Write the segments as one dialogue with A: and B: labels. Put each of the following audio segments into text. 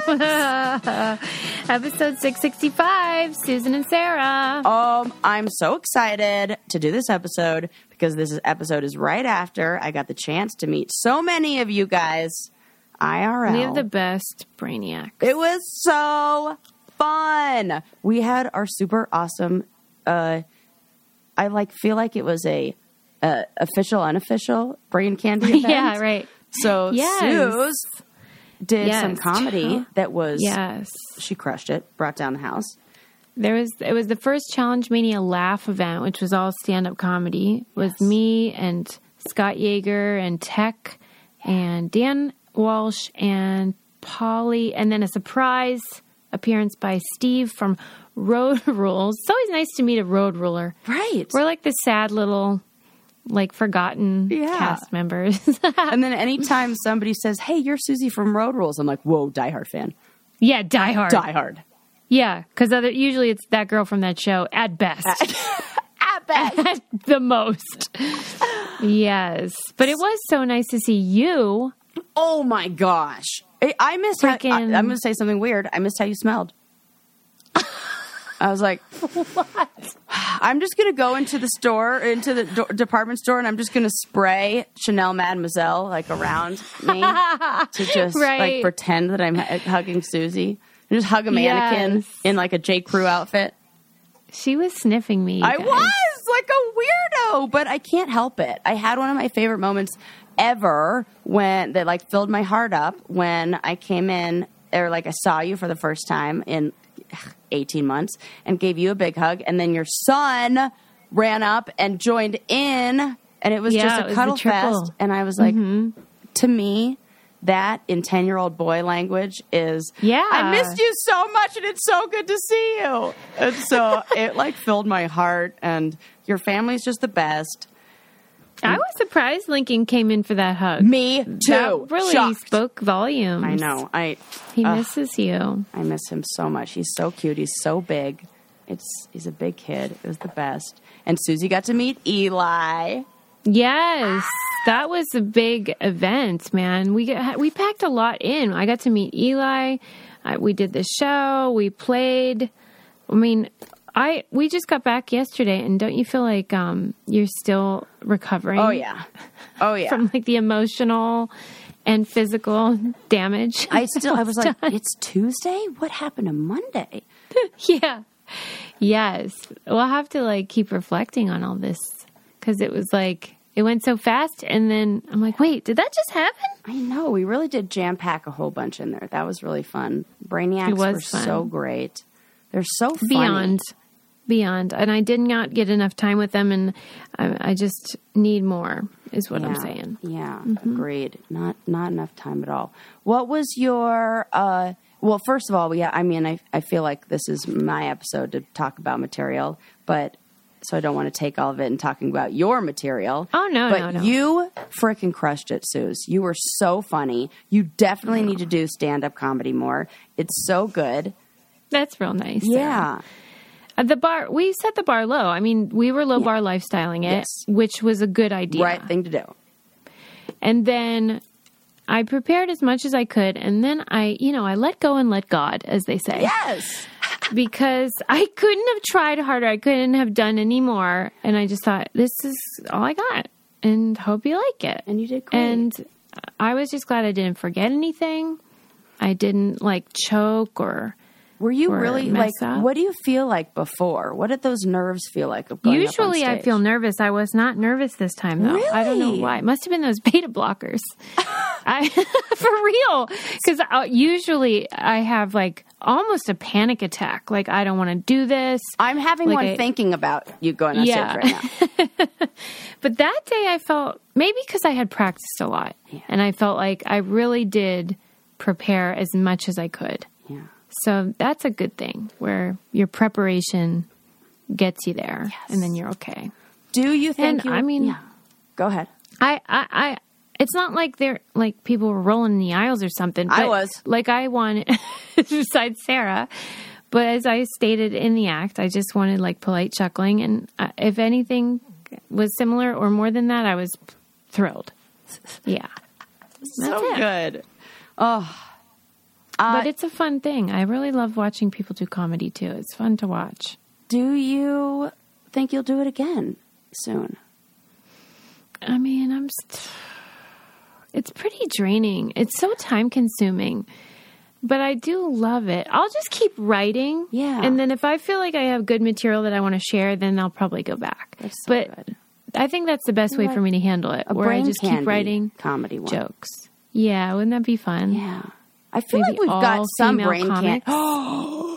A: Episode 665 Susan and Sarah.
B: Um, I'm so excited to do this episode because this is- episode is right after I got the chance to meet so many of you guys IRL.
A: We have the best brainiac.
B: it was so fun. We had our super awesome. Uh, I like feel like it was a, uh official unofficial brain candy event.
A: Yeah, right.
B: So
A: Yes.
B: Suze did some
A: Yes.
B: comedy that was
A: Yes.
B: she crushed it, brought down the house.
A: There was it was the first Challenge Mania laugh event, which was all stand up comedy. It was me and Scott Yeager and Tech and Dan Walsh and Polly, and then a surprise appearance by Steve from Road Rules. It's always nice to meet a road ruler.
B: Right.
A: We're like the sad little, like forgotten
B: Yeah.
A: cast members.
B: And then anytime somebody says, "Hey, you're Susie from Road Rules," I'm like, "Whoa, Die Hard fan,
A: yeah, Die Hard.
B: Die Hard."
A: Yeah, because other usually it's that girl from that show at best.
B: At best,
A: at the most. yes. But it was so nice to see you.
B: oh my gosh, I, I missed. how- I,
A: Frickin-
B: am going to say something weird. I missed how you smelled. I was like, "What?" I'm just going to go into the store, into the do- department store, and I'm just going to spray Chanel Mademoiselle like around me to just
A: Right.
B: like pretend that I'm h- hugging Susie. And just hug a mannequin
A: Yes.
B: in like a J. Crew outfit.
A: She was sniffing me. you
B: I
A: guys.
B: was like a weirdo, but I can't help it. I had one of my favorite moments ever when that like filled my heart up when I came in or like I saw you for the first time in ugh, 18 months and gave you a big hug and then your son ran up and joined in and it was
A: Yeah,
B: just
A: it
B: a
A: was the
B: cuddle
A: triple. Mm-hmm.
B: fest and I was like to me that in 10 year old boy language is
A: Yeah.
B: i missed you so much and it's so good to see you and so it like filled my heart and your family's just the best
A: I was surprised Lincoln came in for that hug.
B: me too
A: That really
B: Shocked.
A: spoke volumes.
B: i know i
A: He
B: Ugh.
A: misses you.
B: i miss him so much he's so cute he's so big it's he's a big kid it was the best and susie got to meet eli
A: Yes. That was a big event, man. We got, we packed a lot in. I got to meet Eli. I, we did the show. We played. I mean, I we just got back yesterday, and don't you feel like um, you're still recovering?
B: oh yeah oh yeah
A: from like the emotional and physical damage.
B: i still i was like it's tuesday what happened to monday
A: yeah. Yes. We'll have to like keep reflecting on all this because it was like, it went so fast. And then I'm like, wait, did that just happen?
B: I know. We really did jam pack a whole bunch in there. That was really fun. Brainiacs
A: It was
B: were
A: fun.
B: so great. They're so funny.
A: Beyond. Beyond. And I did not get enough time with them. And I, I just need more, is what
B: Yeah.
A: I'm saying. Mm-hmm.
B: Yeah, agreed. Not not enough time at all. What was your? uh Well, first of all, we. I mean, I I feel like this is my episode to talk about material, but so I don't want to take all of it and talking about your material.
A: Oh, no,
B: but
A: no, no.
B: you freaking crushed it, Suze. You were so funny. You definitely need to do stand up comedy more. It's so good.
A: That's real nice.
B: Yeah.
A: Uh, The bar, we set the bar low. I mean, we were low bar lifestyling it,
B: Yes.
A: which was a good idea.
B: Right thing to do.
A: And then I prepared as much as I could. And then I, you know, I let go and let God, as they say,
B: Yes.
A: because I couldn't have tried harder. I couldn't have done any more. And I just thought, this is all I got and hope you like it.
B: And you did great.
A: And I was just glad I didn't forget anything. I didn't like choke or.
B: Were you
A: Or
B: really like?
A: mess up.
B: What do you feel like before? What did those nerves feel like? Of going up on
A: Usually I
B: stage?
A: feel nervous. I was not nervous this time though. I don't know
B: Really?
A: why. It must have been those beta blockers. I for real cuz usually I have like almost a panic attack. Like I don't want to do this.
B: I'm having
A: like
B: one
A: I-
B: thinking about you going on
A: Yeah.
B: stage right now.
A: But that day I felt maybe cuz I had practiced a lot and I felt like I really did prepare as much as I could.
B: Yeah.
A: So that's a good thing where your preparation gets you there and then you're okay.
B: Do you think?
A: And
B: you,
A: I mean-
B: yeah. go ahead.
A: I, I, I, it's not like they're like people were rolling in the aisles or something.
B: I
A: but,
B: was.
A: like, I wanted besides Sarah, but as I stated in the act, I just wanted like polite chuckling, and uh, if anything was similar or more than that, I was thrilled. Yeah,
B: so
A: it.
B: good.
A: but it's a fun thing. I really love watching people do comedy too. It's fun to watch.
B: Do you think you'll do it again soon?
A: I mean, I'm. St- it's pretty draining. It's so time consuming, but I do love it. I'll just keep writing.
B: Yeah.
A: And then if I feel like I have good material that I want to share, then I'll probably go back.
B: That's so
A: but
B: good.
A: I think that's the best way
B: know
A: for
B: what?
A: me to handle it,
B: A
A: where I
B: brain
A: just
B: candy
A: keep writing
B: comedy one.
A: jokes. Yeah, wouldn't that be fun?
B: Yeah, I feel
A: Maybe
B: like we've got
A: all
B: some
A: female
B: brain
A: comics.
B: candy.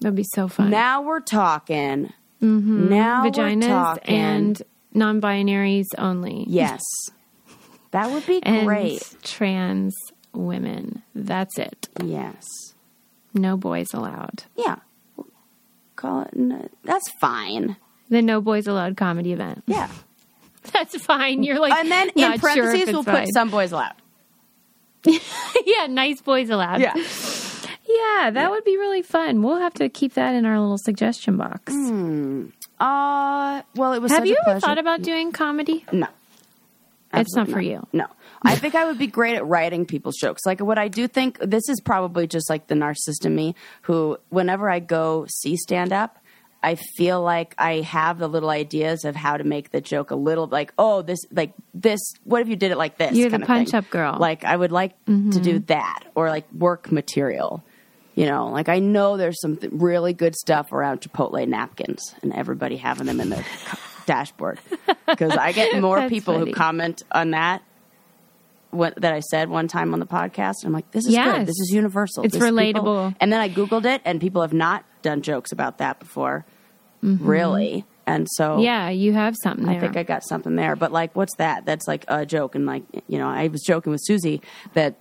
A: That'd be so fun.
B: now we're talking. Mm-hmm. Now we're
A: Vaginas
B: talking.
A: and non-binaries only.
B: yes, that would be
A: And
B: great.
A: trans women. That's it.
B: Yes,
A: No boys allowed.
B: yeah. Call it. n- That's fine.
A: The No Boys Allowed comedy event.
B: Yeah.
A: That's fine. You're like,
B: and then in
A: not sure if
B: parentheses
A: it's
B: we'll
A: fine.
B: put some boys allowed.
A: yeah, nice boys allowed. Yeah, that would be really fun. We'll have to keep that in our little suggestion box.
B: Uh well it was
A: Have
B: Hmm, such
A: you
B: a
A: ever
B: pleasure.
A: thought about doing comedy?
B: No.
A: it's not for you.
B: No. I think I would be great at writing people's jokes. Like what I do think this is probably just like the narcissist in me who whenever I go see stand up I feel like I have the little ideas of how to make the joke a little like oh this like this what if you did it like this
A: You're the
B: kind of thing.
A: punch-up girl. Mm-hmm.
B: like I would like to do that or like work material you know like I know there's some th- really good stuff around Chipotle napkins and everybody having them in their co- dashboard because I get more
A: That's
B: people
A: funny.
B: who comment on that what that I said one time on the podcast. I'm like, this is
A: Yes.
B: good. This is universal.
A: It's
B: This people-
A: relatable.
B: and then I googled it, and people have not done jokes about that before, really. And so,
A: Mm-hmm. Yeah, you have something there.
B: I think I got something there. But like, what's that? That's like a joke. And like, you know, I was joking with Susie that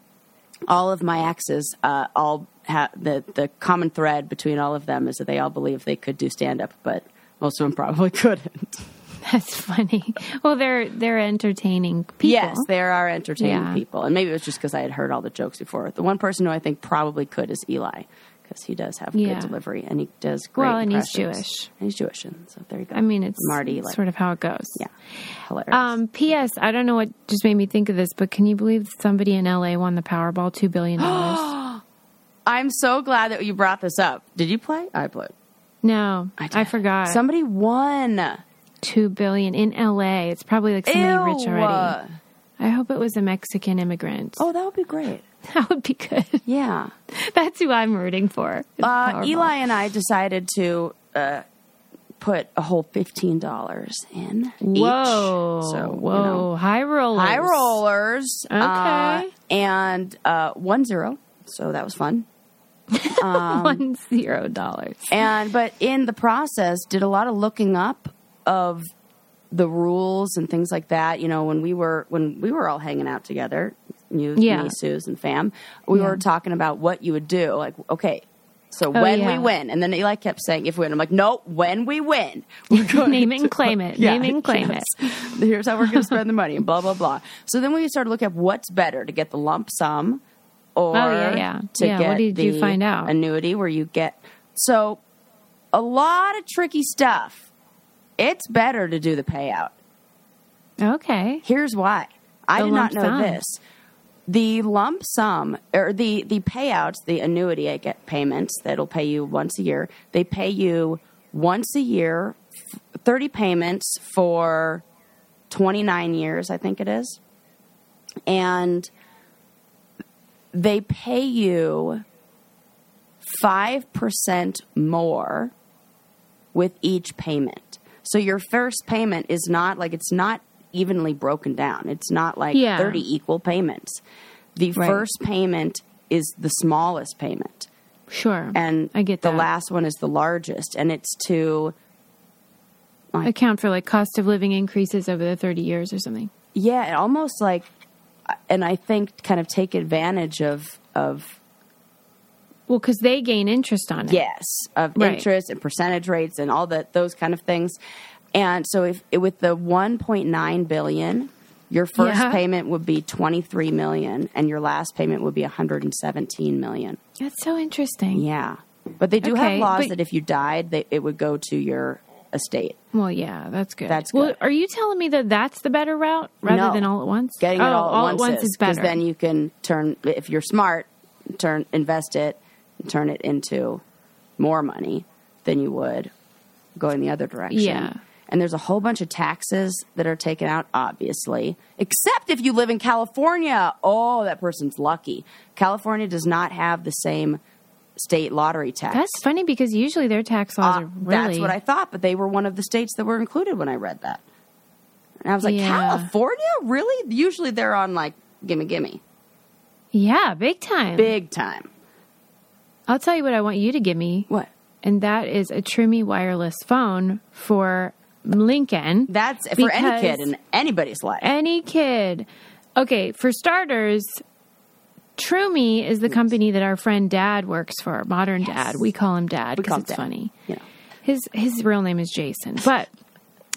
B: all of my exes, uh, all ha- the the common thread between all of them is that they all believe they could do stand up, but most of them probably couldn't.
A: That's funny. Well, they're they're entertaining people.
B: Yes, there are entertaining
A: Yeah.
B: people, and maybe it was just because I had heard all the jokes before. The one person who I think probably could is Eli. Because he does have
A: Yeah.
B: good delivery and he does great.
A: Well, and he's
B: impressions.
A: Jewish.
B: And he's Jewish, and so there you go.
A: I mean, it's
B: Marty, like,
A: sort of how it goes.
B: yeah, hilarious.
A: Um, P.S. I don't know what just made me think of this, but can you believe somebody in L.A. won the Powerball two billion dollars?
B: I'm so glad that you brought this up. Did you play? I played.
A: no, I,
B: did.
A: forgot.
B: Somebody won.
A: two billion in L.A. It's probably like somebody rich
B: Ew.
A: already. I hope it was a Mexican immigrant.
B: Oh, that would be great.
A: That would be good.
B: Yeah.
A: That's who I'm rooting for. is
B: Uh,
A: Powerball.
B: Eli and I decided to uh, put a whole fifteen dollars in.
A: Whoa.
B: Each. So you
A: whoa.
B: know.
A: High rollers.
B: high rollers. uh,
A: Okay.
B: and uh, one zero. So that was fun. Um,
A: One zero dollars.
B: and but in the process did a lot of looking up of the rules and things like that you know when we were when we were all hanging out together you
A: Yeah.
B: me suze and fam we
A: Yeah.
B: were talking about what you would do like okay so
A: Oh,
B: when
A: yeah.
B: we win and then eli kept saying if we win i'm like no when we win
A: Name it and claim it.
B: yeah,
A: Name it and claim
B: yes.
A: it.
B: Here's how we're going to spend the money, and blah blah blah. So then we started looking at what's better to get the lump sum, or
A: Oh, yeah, yeah.
B: to
A: Yeah,
B: get
A: what did you
B: the
A: find out?
B: annuity where you get. So a lot of tricky stuff. It's better to do the payout.
A: Okay.
B: Here's why. I
A: The
B: did not know
A: lump sum.
B: this. The lump sum or the the payouts, the annuity I get payments that'll pay you once a year. They pay you once a year, f- thirty payments for twenty nine years, I think it is, and they pay you five percent more with each payment. So your first payment is not like it's not evenly broken down. It's not like
A: Yeah.
B: 30 equal payments. The
A: Right.
B: first payment is the smallest payment
A: Sure.
B: and
A: I get
B: the
A: that.
B: last one is the largest and it's to
A: account for like cost of living increases over the 30 years or something.
B: yeah, almost like and I think kind of take advantage of of
A: Well, because they gain interest on it.
B: Yes, of
A: Right.
B: interest and percentage rates and all that those kind of things. And so if with the 1.9 billion, your first
A: Yeah.
B: payment would be 23 million and your last payment would be 117 million.
A: That's so interesting.
B: Yeah. But they do
A: Okay,
B: have laws
A: but-
B: that if you died, they, it would go to your estate.
A: Well, yeah, that's good.
B: That's
A: Well,
B: good.
A: are you telling me that that's the better route rather
B: No.
A: than all at once?
B: Getting
A: oh,
B: it all,
A: at once is, better.
B: Because then you can turn, if you're smart, and turn invest it and turn it into more money than you would going the other direction.
A: Yeah.
B: And there's a whole bunch of taxes that are taken out, obviously, except if you live in California. Oh, that person's lucky. California does not have the same state lottery tax.
A: That's funny because usually their tax laws
B: Uh,
A: are really.
B: That's what I thought, but they were one of the states that were included when I read that. And I was like,
A: Yeah.
B: California? Really? Usually they're on like gimme gimme.
A: Yeah, big time.
B: Big time.
A: I'll tell you what I want you to give me,
B: What?
A: and that is a Trimmy wireless phone for Lincoln.
B: That's for any
A: Because-
B: kid in anybody's life.
A: any kid. Okay, for starters, Trumi is the company that our friend Dad works for. Modern Dad, we call him
B: call
A: Dad because
B: him
A: it's
B: Dad.
A: funny.
B: you know.
A: His his real name is Jason. But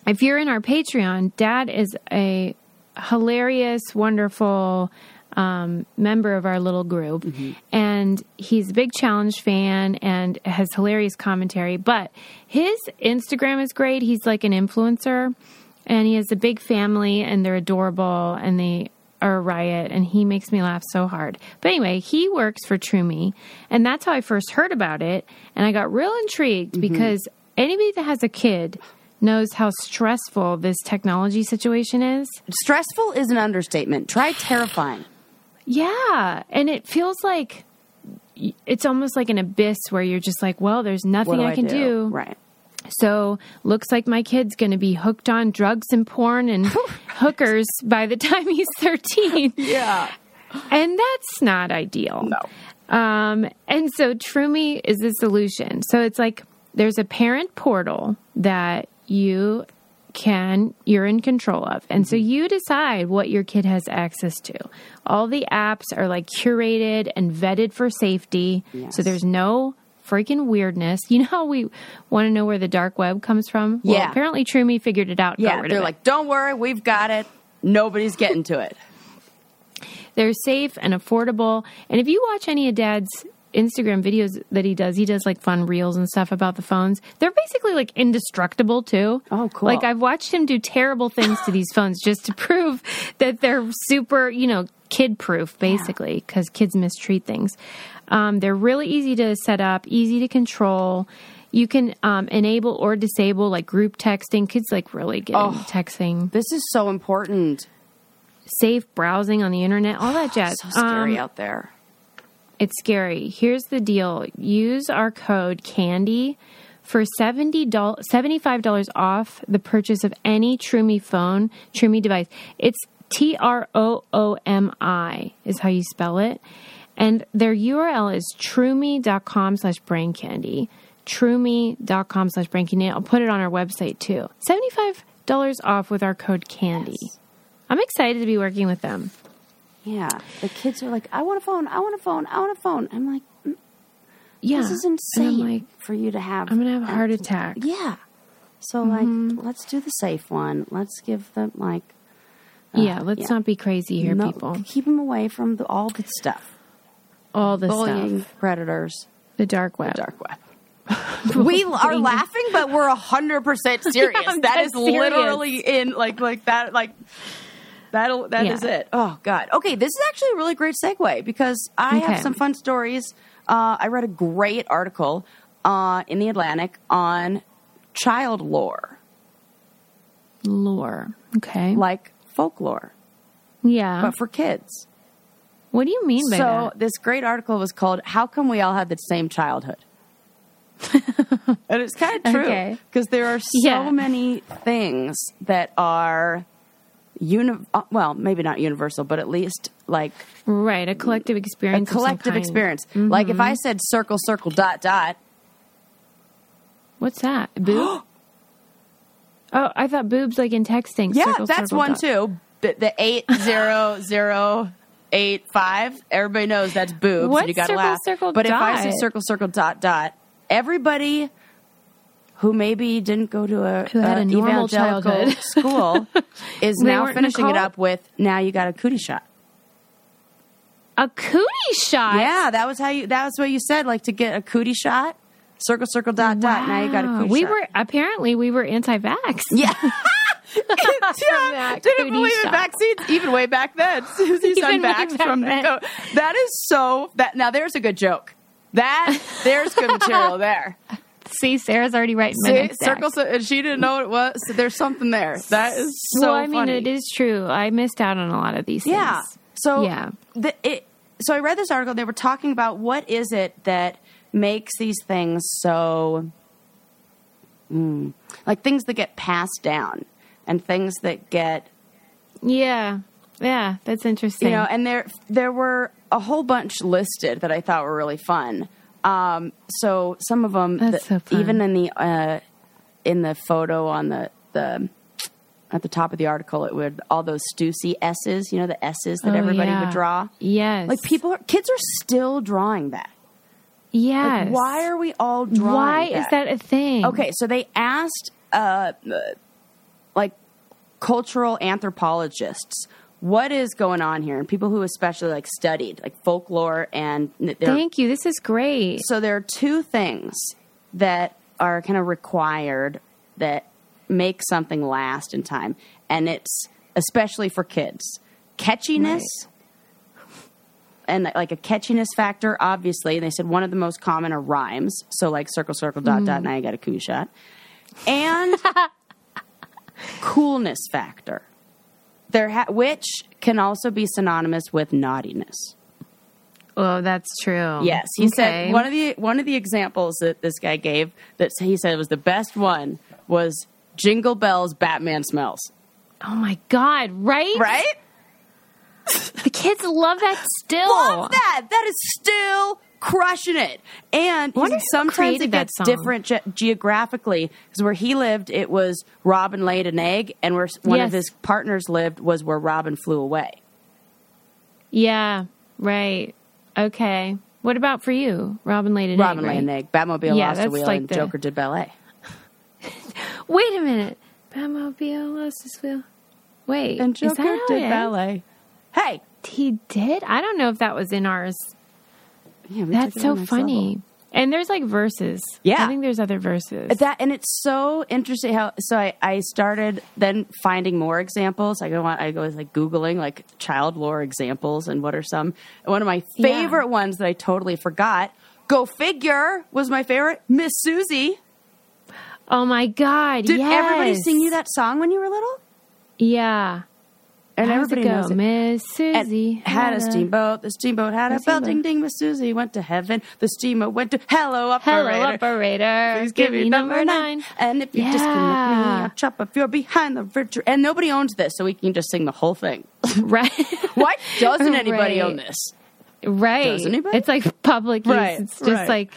A: if you're in our Patreon, Dad is a hilarious, wonderful um, member of our little group, and he's a big challenge fan and has hilarious commentary. But his Instagram is great. He's like an influencer, and he has a big family, and they're adorable, and they are a riot and he makes me laugh so hard. But anyway, he works for TrueMe and that's how I first heard about it and I got real intrigued because anybody that has a kid knows how stressful this technology situation is.
B: Stressful is an understatement. Try terrifying.
A: Yeah, and it feels like it's almost like an abyss where you're just like, well, there's
B: What
A: nothing
B: do
A: I can do.
B: Right.
A: So, looks like my kid's going to be hooked on drugs and porn and hookers by the time he's 13.
B: Yeah.
A: And that's not ideal. Um, and so Trumi is the solution. So it's like there's a parent portal that you can you're in control of. And
B: Mm-hmm.
A: so you decide what your kid has access to. All the apps are like curated and vetted for safety. So
B: Yes.
A: there's no freaking weirdness. You know how we want to know where the dark web comes from? Well,
B: Yeah.
A: apparently Trumi figured it out. and got
B: Yeah.
A: rid of
B: They're
A: it.
B: like, don't worry, we've got it. Nobody's getting to it.
A: They're safe and affordable. And if you watch any of Dad's Instagram videos that he does, he does like fun reels and stuff about the phones. They're basically like indestructible too.
B: Oh, cool.
A: Like I've watched him do terrible things to these phones just to prove that they're super, you know, kid proof basically because kids mistreat things. Um, they're really easy to set up, easy to control. You can um, enable or disable like group texting. Kids like really get
B: Oh.
A: into texting
B: This is so important.
A: safe browsing on the internet, all that jazz.
B: So scary
A: Um,
B: out there.
A: it's scary. Here's the deal use our code CANDY for $70, $75 off the purchase of any Trumi phone, Trumi device. It's T R O O M I, is how you spell it. And their URL is trumi.com slash brain candy. Trumi.com slash brain candy. I'll put it on our website too. $75 off with our code CANDY. I'm excited to be working with them.
B: Yeah. The kids are like, I want a phone. I want a phone. I want a phone. I'm like,
A: Yeah.
B: this is
A: And I'm
B: insane
A: like,
B: for you to have.
A: I'm going to have a Mm-hmm. heart attack.
B: Yeah. So like, let's do the safe one. Let's give them like
A: Yeah, let's
B: Uh, yeah.
A: not be crazy here,
B: no-
A: people.
B: keep them away from the, all the stuff,
A: All the
B: bullying,
A: stuff.
B: predators,
A: The dark web.
B: dark web. we are laughing, but we're hundred percent serious.
A: I'm
B: that
A: dead
B: is literally in like like that like that'll that
A: Yeah.
B: is it. Oh God. Okay, this is actually a really great segue because I
A: Okay.
B: have some fun stories. Uh, I read a great article uh, in the Atlantic on child lore,
A: Lore. Okay.
B: like folklore,
A: yeah.
B: but for kids.
A: what do you mean by
B: So
A: that?
B: this great article was called "How Come We All Had the Same Childhood," and it's kind of true
A: Okay.
B: because there are so
A: Yeah.
B: many things that are uni- uh, well, maybe not universal, but at least like
A: Right, a collective
B: a
A: experience. of some
B: collective
A: kind. Mm-hmm.
B: experience. Like if I said circle, circle, dot, dot.
A: What's that? A Boob? oh, I thought boobs like in texting.
B: Yeah,
A: Circle,
B: that's
A: circle,
B: one
A: dot.
B: too. The, the eight zero zero eight five. Everybody knows that's boobs.
A: What's
B: and you got to
A: circle,
B: laugh.
A: circle,
B: but if I
A: dot?
B: say circle circle dot dot, everybody who maybe didn't go to a,
A: Who had
B: a
A: a normal
B: evangelical
A: childhood.
B: school is
A: They
B: now
A: weren't
B: finishing it
A: Nicole?
B: up with now you got a cootie shot.
A: A cootie shot.
B: yeah, that was how you. That was what you said. Like to get a cootie shot. Circle circle dot dot. Now you got a
A: Wow.
B: cootie
A: We
B: shot.
A: were apparently we were anti-vax.
B: yeah. yeah,
A: that
B: didn't
A: cootie
B: believe in
A: uh, shop.
B: vaccines even way back then. Susie's
A: Even way
B: unvaxxed
A: back
B: from the
A: then.
B: go. That is so. That now there's a good joke. That there's good material there.
A: See, Sarah's already writing my
B: See,
A: next act.
B: circle. And she didn't know what it was. So there's something there. That is so.
A: well, I mean,
B: funny.
A: it is true. I missed out on a lot of these things.
B: Yeah. So
A: Yeah.
B: the, it, so I read this article. They were talking about what is it that makes these things so, mm, like things that get passed down and things that get
A: Yeah. Yeah. That's interesting.
B: you know, and there there were a whole bunch listed that I thought were really fun. Um, so some of them,
A: That's so fun.
B: even in the uh, in the photo on the the at the top of the article, it would all those Stussy S's, you know, the S's that
A: Oh,
B: everybody
A: yeah.
B: would draw.
A: Yes.
B: Like people, are, kids are still drawing that.
A: Yes.
B: Like, why are we all drawing?
A: Why is that a thing?
B: Okay, so they asked, uh, uh, like, cultural anthropologists, what is going on here, and people who especially like studied like folklore and there.
A: Thank you. This is great.
B: so there are two things that are kind of required that make something last in time, and it's especially for kids catchiness. And like a catchiness factor, obviously. And they said one of the most common are rhymes. So like circle, circle, dot, dot, and I got a cootie shot and coolness factor. There, ha- which can also be synonymous with naughtiness.
A: Oh, that's true.
B: Yes, he
A: Okay.
B: said one of the one of the examples that this guy gave that he said was the best one was Jingle Bells, Batman smells.
A: Oh my God! Right?
B: Right?
A: The kids love that still.
B: Love that. That is still crushing it. And he
A: Wonder
B: said
A: who
B: sometimes it
A: created that
B: gets
A: song.
B: different ge- geographically because where he lived, it was Robin laid an egg, and where s- one of
A: Yes.
B: his partners lived was where Robin flew away.
A: Yeah. Right. Okay. What about for you, Robin laid an
B: Robin
A: egg,
B: laid
A: right?
B: an egg. Batmobile
A: Yeah,
B: lost a
A: that's
B: wheel,
A: like
B: and
A: the-
B: Joker did ballet.
A: Wait a minute. Batmobile lost his wheel. Wait.
B: And
A: is that
B: Joker
A: how
B: did
A: it ends?
B: ballet. Hey,
A: He did. I don't know if that was in ours.
B: Yeah, we
A: That's
B: took it to the
A: so
B: next
A: funny.
B: level.
A: And there's like verses.
B: Yeah.
A: I think there's other verses.
B: that and it's so interesting how so I, I started then finding more examples i go on i go like googling like child lore examples and what are some And one of my
A: Yeah.
B: favorite ones that i totally forgot go figure was my favorite miss susie
A: oh my God.
B: did everybody
A: yes.
B: sing you that song when you were little
A: Yeah.
B: and
A: How's
B: everybody
A: it go?
B: knows it.
A: Miss
B: And
A: Susie
B: had a steamboat. The steamboat had a
A: steamboat.
B: bell. Ding ding. Miss Susie went to heaven. The steamboat went to hello
A: Hello,
B: operator.
A: operator.
B: Please give me number nine. And if you
A: Yeah.
B: disconnect me, I'll chop up your behind the virtue. And nobody owns this, so we can just sing the whole thing.
A: Right.
B: Why doesn't anybody
A: Right.
B: own this?
A: Right.
B: Does anybody?
A: It's like public use.
B: Right,
A: It's just
B: right.
A: like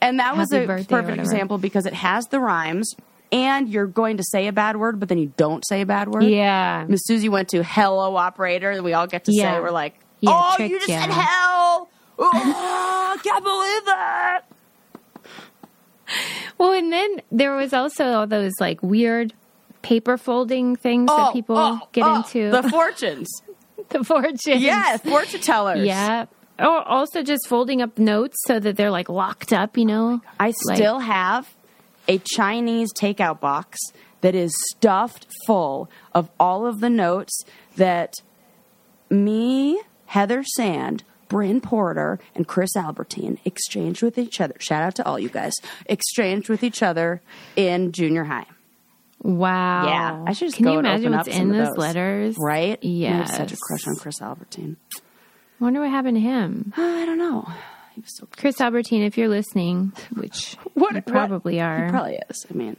B: And that was
A: Happy
B: a
A: birthday or
B: perfect
A: whatever.
B: example because it has the rhymes, and you're going to say a bad word, but then you don't say a bad word.
A: yeah.
B: Miss Susie went to hello operator, and we all get to say
A: Yeah.
B: we're like,
A: Yeah,
B: oh, you
A: tricked
B: just
A: ya."
B: said hell. Oh, I can't believe that.
A: Well, and then there was also all those like weird paper folding things
B: Oh,
A: that people
B: oh,
A: get
B: oh,
A: into
B: the
A: the,
B: fortunes.
A: fortune.
B: yes, fortune tellers.
A: Yeah. Oh, also just folding up notes so that they're like locked up, you know.
B: I
A: Like-
B: still have a Chinese takeout box that is stuffed full of all of the notes that me, Heather Sand, Bryn Porter, and Chris Albertine exchanged with each other. Shout out to all you guys. Exchanged with each other in junior high.
A: Wow.
B: Yeah, I should just
A: Can
B: go
A: you
B: and
A: imagine
B: open
A: what's
B: up
A: in
B: some of
A: those
B: those.
A: letters?
B: Right? I
A: Yeah.
B: have such a crush on Chris Albertine.
A: Wonder what happened to him.
B: I don't know. He was so
A: Chris Albertine, if you're listening, which
B: What-
A: you probably
B: what-
A: are.
B: He probably is. I mean,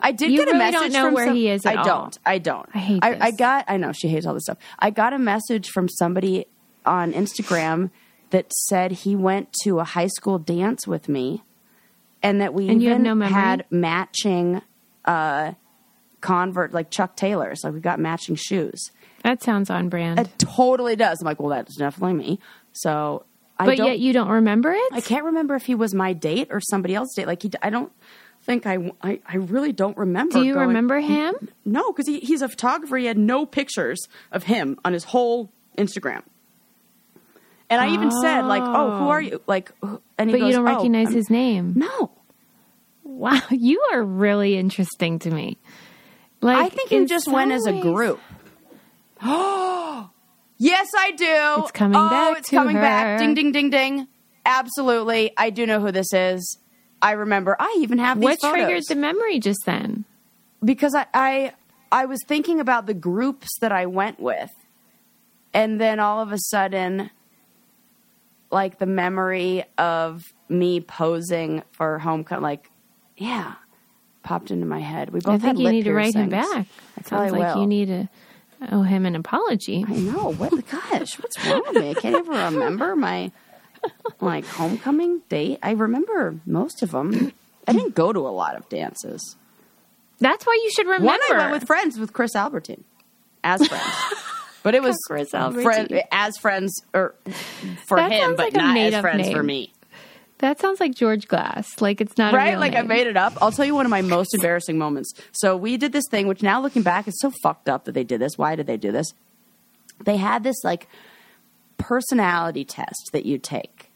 B: I did
A: You
B: get a
A: really
B: message
A: don't know
B: from
A: where
B: some-
A: he is at
B: I
A: all.
B: don't. I don't.
A: I hate
B: I, I
A: this.
B: got. I know she hates all this stuff. I got a message from somebody on Instagram that said he went to a high school dance with me, and that we
A: And you have
B: even
A: no memory?
B: had matching uh, convert like Chuck Taylors. Like we got matching shoes.
A: that sounds on brand.
B: It totally does. I'm like, well, that's definitely me. So. I
A: but
B: don't,
A: yet you don't remember it?
B: I can't remember if he was my date or somebody else's date. Like he, I don't think I, I, I really don't remember.
A: Do you
B: going-
A: remember him?
B: No, because he, he's a photographer. He had no pictures of him on his whole Instagram. And I even said like, "Oh, who are you?" Like, who- and he
A: But you
B: goes,
A: don't
B: "Oh,
A: recognize
B: I'm-"
A: his name.
B: No,
A: Wow, you are really interesting to me. Like
B: I think you
A: in
B: just
A: some
B: went as a
A: ways-
B: group. yes, I do.
A: It's coming
B: oh,
A: back
B: It's
A: to
B: coming back.
A: her.
B: Ding, ding, ding, ding. Absolutely. I do know who this is. I remember. I even have these
A: What
B: photos.
A: triggered the memory just then?
B: because I, I I was thinking about the groups that I went with, and then all of a sudden, like the memory of me posing for homecoming, like yeah, popped into my head. We both.
A: I think
B: had
A: you
B: lip
A: need to write him
B: piercings.
A: back. It
B: probably
A: sounds like
B: will.
A: you need to owe him an apology.
B: I know. What? Gosh, what's wrong with me? I can't even remember my like homecoming date. I remember most of them. I didn't go to a lot of dances.
A: That's why you should remember.
B: One I went with friends with Chris Albertine as friends, but it was
A: Chris
B: friend,
A: Albertine.
B: as friends or for
A: That
B: him,
A: sounds
B: but
A: like a
B: not as
A: made-up
B: friends for
A: name.
B: me.
A: that sounds like George Glass. Like it's not A
B: Right?
A: real
B: Like I
A: name.
B: made it up. I'll tell you one of my most embarrassing moments. So we did this thing, which now looking back is so fucked up that they did this. Why did they do this? They had this like personality test that you take.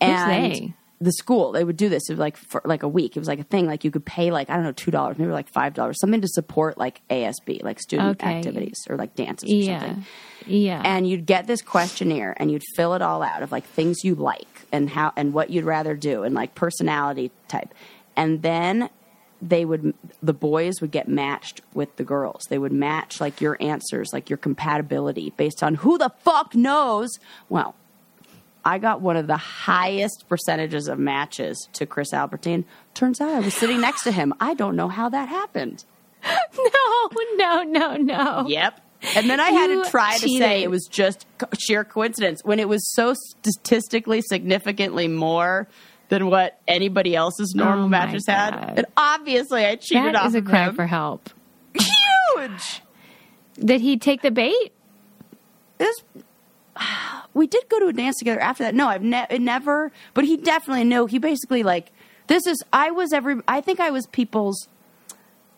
B: And
A: they?
B: the school, they would do this it was like for like a week. It was like a thing. Like you could pay like, I don't know, two dollars, maybe like five dollars, something to support like ASB, like student
A: Okay.
B: activities or like dances or
A: Yeah,
B: something
A: yeah.
B: and you'd get this questionnaire and you'd fill it all out of like things you like and how and what you'd rather do and like personality type and then they would the boys would get matched with the girls they would match like your answers like your compatibility based on who the fuck knows well I got one of the highest percentages of matches to Chris Albertine. Turns out I was sitting next to him. I don't know how that happened.
A: no, no, no, no.
B: Yep. And then I had
A: You
B: to try to say
A: cheated.
B: it was just co- sheer coincidence when it was so statistically significantly more than what anybody else's normal
A: Oh my
B: matches had.
A: God.
B: And obviously, I cheated
A: That
B: off
A: is a
B: of
A: cry
B: him.
A: for help.
B: Huge.
A: Did he take the bait?
B: This. We did go to a dance together after that. No, I've ne- it never. But he definitely knew. He basically like this is. I was every. I think I was people's,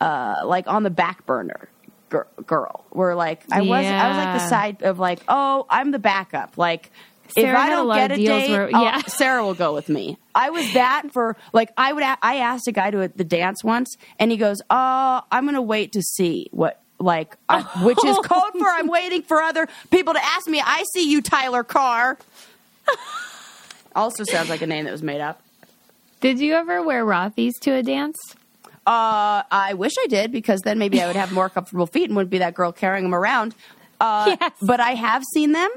B: uh, like on the back burner. gir- Girl, where like I was, I was like the
A: Yeah.
B: side of like, oh, I'm the backup. Like, if
A: Sarah
B: I
A: had a
B: don't
A: lot
B: get a
A: of deals
B: date,
A: where-
B: I'll-
A: yeah.
B: Sarah will go with me. I was that for like I would. A- I asked a guy to the dance once, and he goes, "Oh, I'm gonna wait to see what." Like, I, which is code for I'm waiting for other people to ask me. I see you, Tyler Carr. also sounds like a name that was made up.
A: Did you ever wear Rothy's to a dance?
B: Uh, I wish I did because then maybe I would have more comfortable feet and wouldn't be that girl carrying them around. Uh,
A: Yes.
B: But I have seen them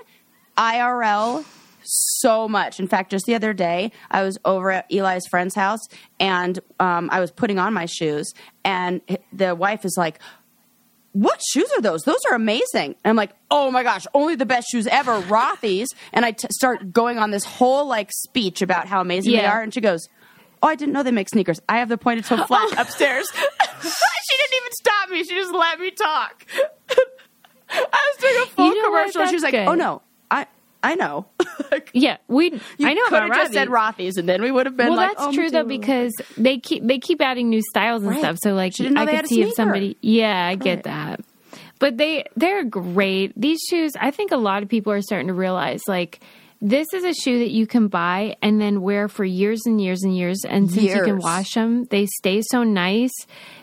B: IRL so much. In fact, just the other day, I was over at Eli's friend's house and um, I was putting on my shoes, and h- the wife is like, what shoes are those? Those are amazing. And I'm like, oh my gosh, only the best shoes ever, Rothy's. And I t- start going on this whole like speech about how amazing they
A: Yeah.
B: are. And she goes, oh, I didn't know they make sneakers. I have the pointed toe flat upstairs. she didn't even stop me. She just let me talk. I was doing a full
A: You know what?
B: commercial. and She was like,
A: That's good.
B: oh no, I I know. like,
A: Yeah, we.
B: you
A: I know
B: could
A: about
B: have just said
A: Rothy's.
B: Rothy's, and then we would have been
A: Well,
B: like,
A: that's
B: oh,
A: true though
B: Matilda.
A: because they keep they keep adding new styles and
B: Right.
A: stuff. So like
B: She didn't know
A: I
B: they
A: could
B: had a
A: see if
B: sneaker.
A: somebody. Yeah, I
B: Right.
A: get that. But they they're great. These shoes, I think a lot of people are starting to realize like this is a shoe that you can buy and then wear for years and years and years. And since you can
B: Years.
A: wash them, they stay so nice.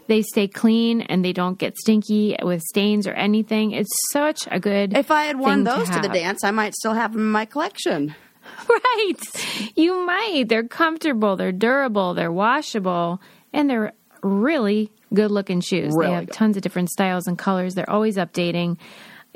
A: They stay clean and they don't get stinky with stains or anything. It's such a good.
B: if I had won
A: thing
B: those to, the
A: have.
B: dance, I might still have them in my collection.
A: Right. You might. They're comfortable, they're durable, they're washable, and they're really good looking shoes.
B: Really
A: they have
B: good.
A: tons of different styles and colors. They're always updating.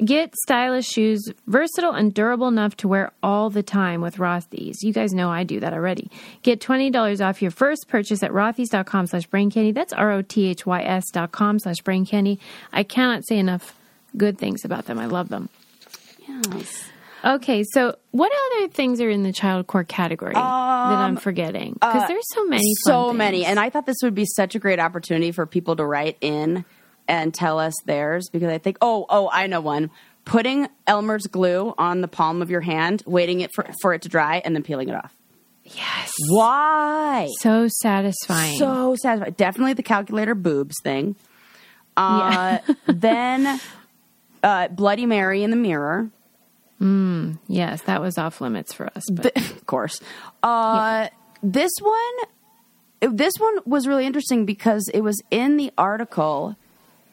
A: Get stylish shoes, versatile and durable enough to wear all the time with Rothy's. You guys know I do that already. Get $20 off your first purchase at rothys.com slash brain candy. That's R-O-T-H-Y-S dot com slash brain candy. I cannot say enough good things about them. I love them. Oh,
B: Yes.
A: Okay, so what other things are in the child core category that I'm forgetting? Because there's so many,
B: Um, uh, so
A: fun
B: many
A: things.
B: and i thought this would be such a great opportunity for people to write in and tell us theirs because i think oh oh i know one putting elmer's glue on the palm of your hand waiting it for, for it to dry and then peeling it off
A: yes,
B: why
A: so satisfying.
B: so satisfying definitely the calculator boobs thing uh,
A: Yeah.
B: then uh, bloody mary in the mirror
A: yes, that was off limits for us. But
B: of course. Uh, This one, this one was really interesting because it was in the article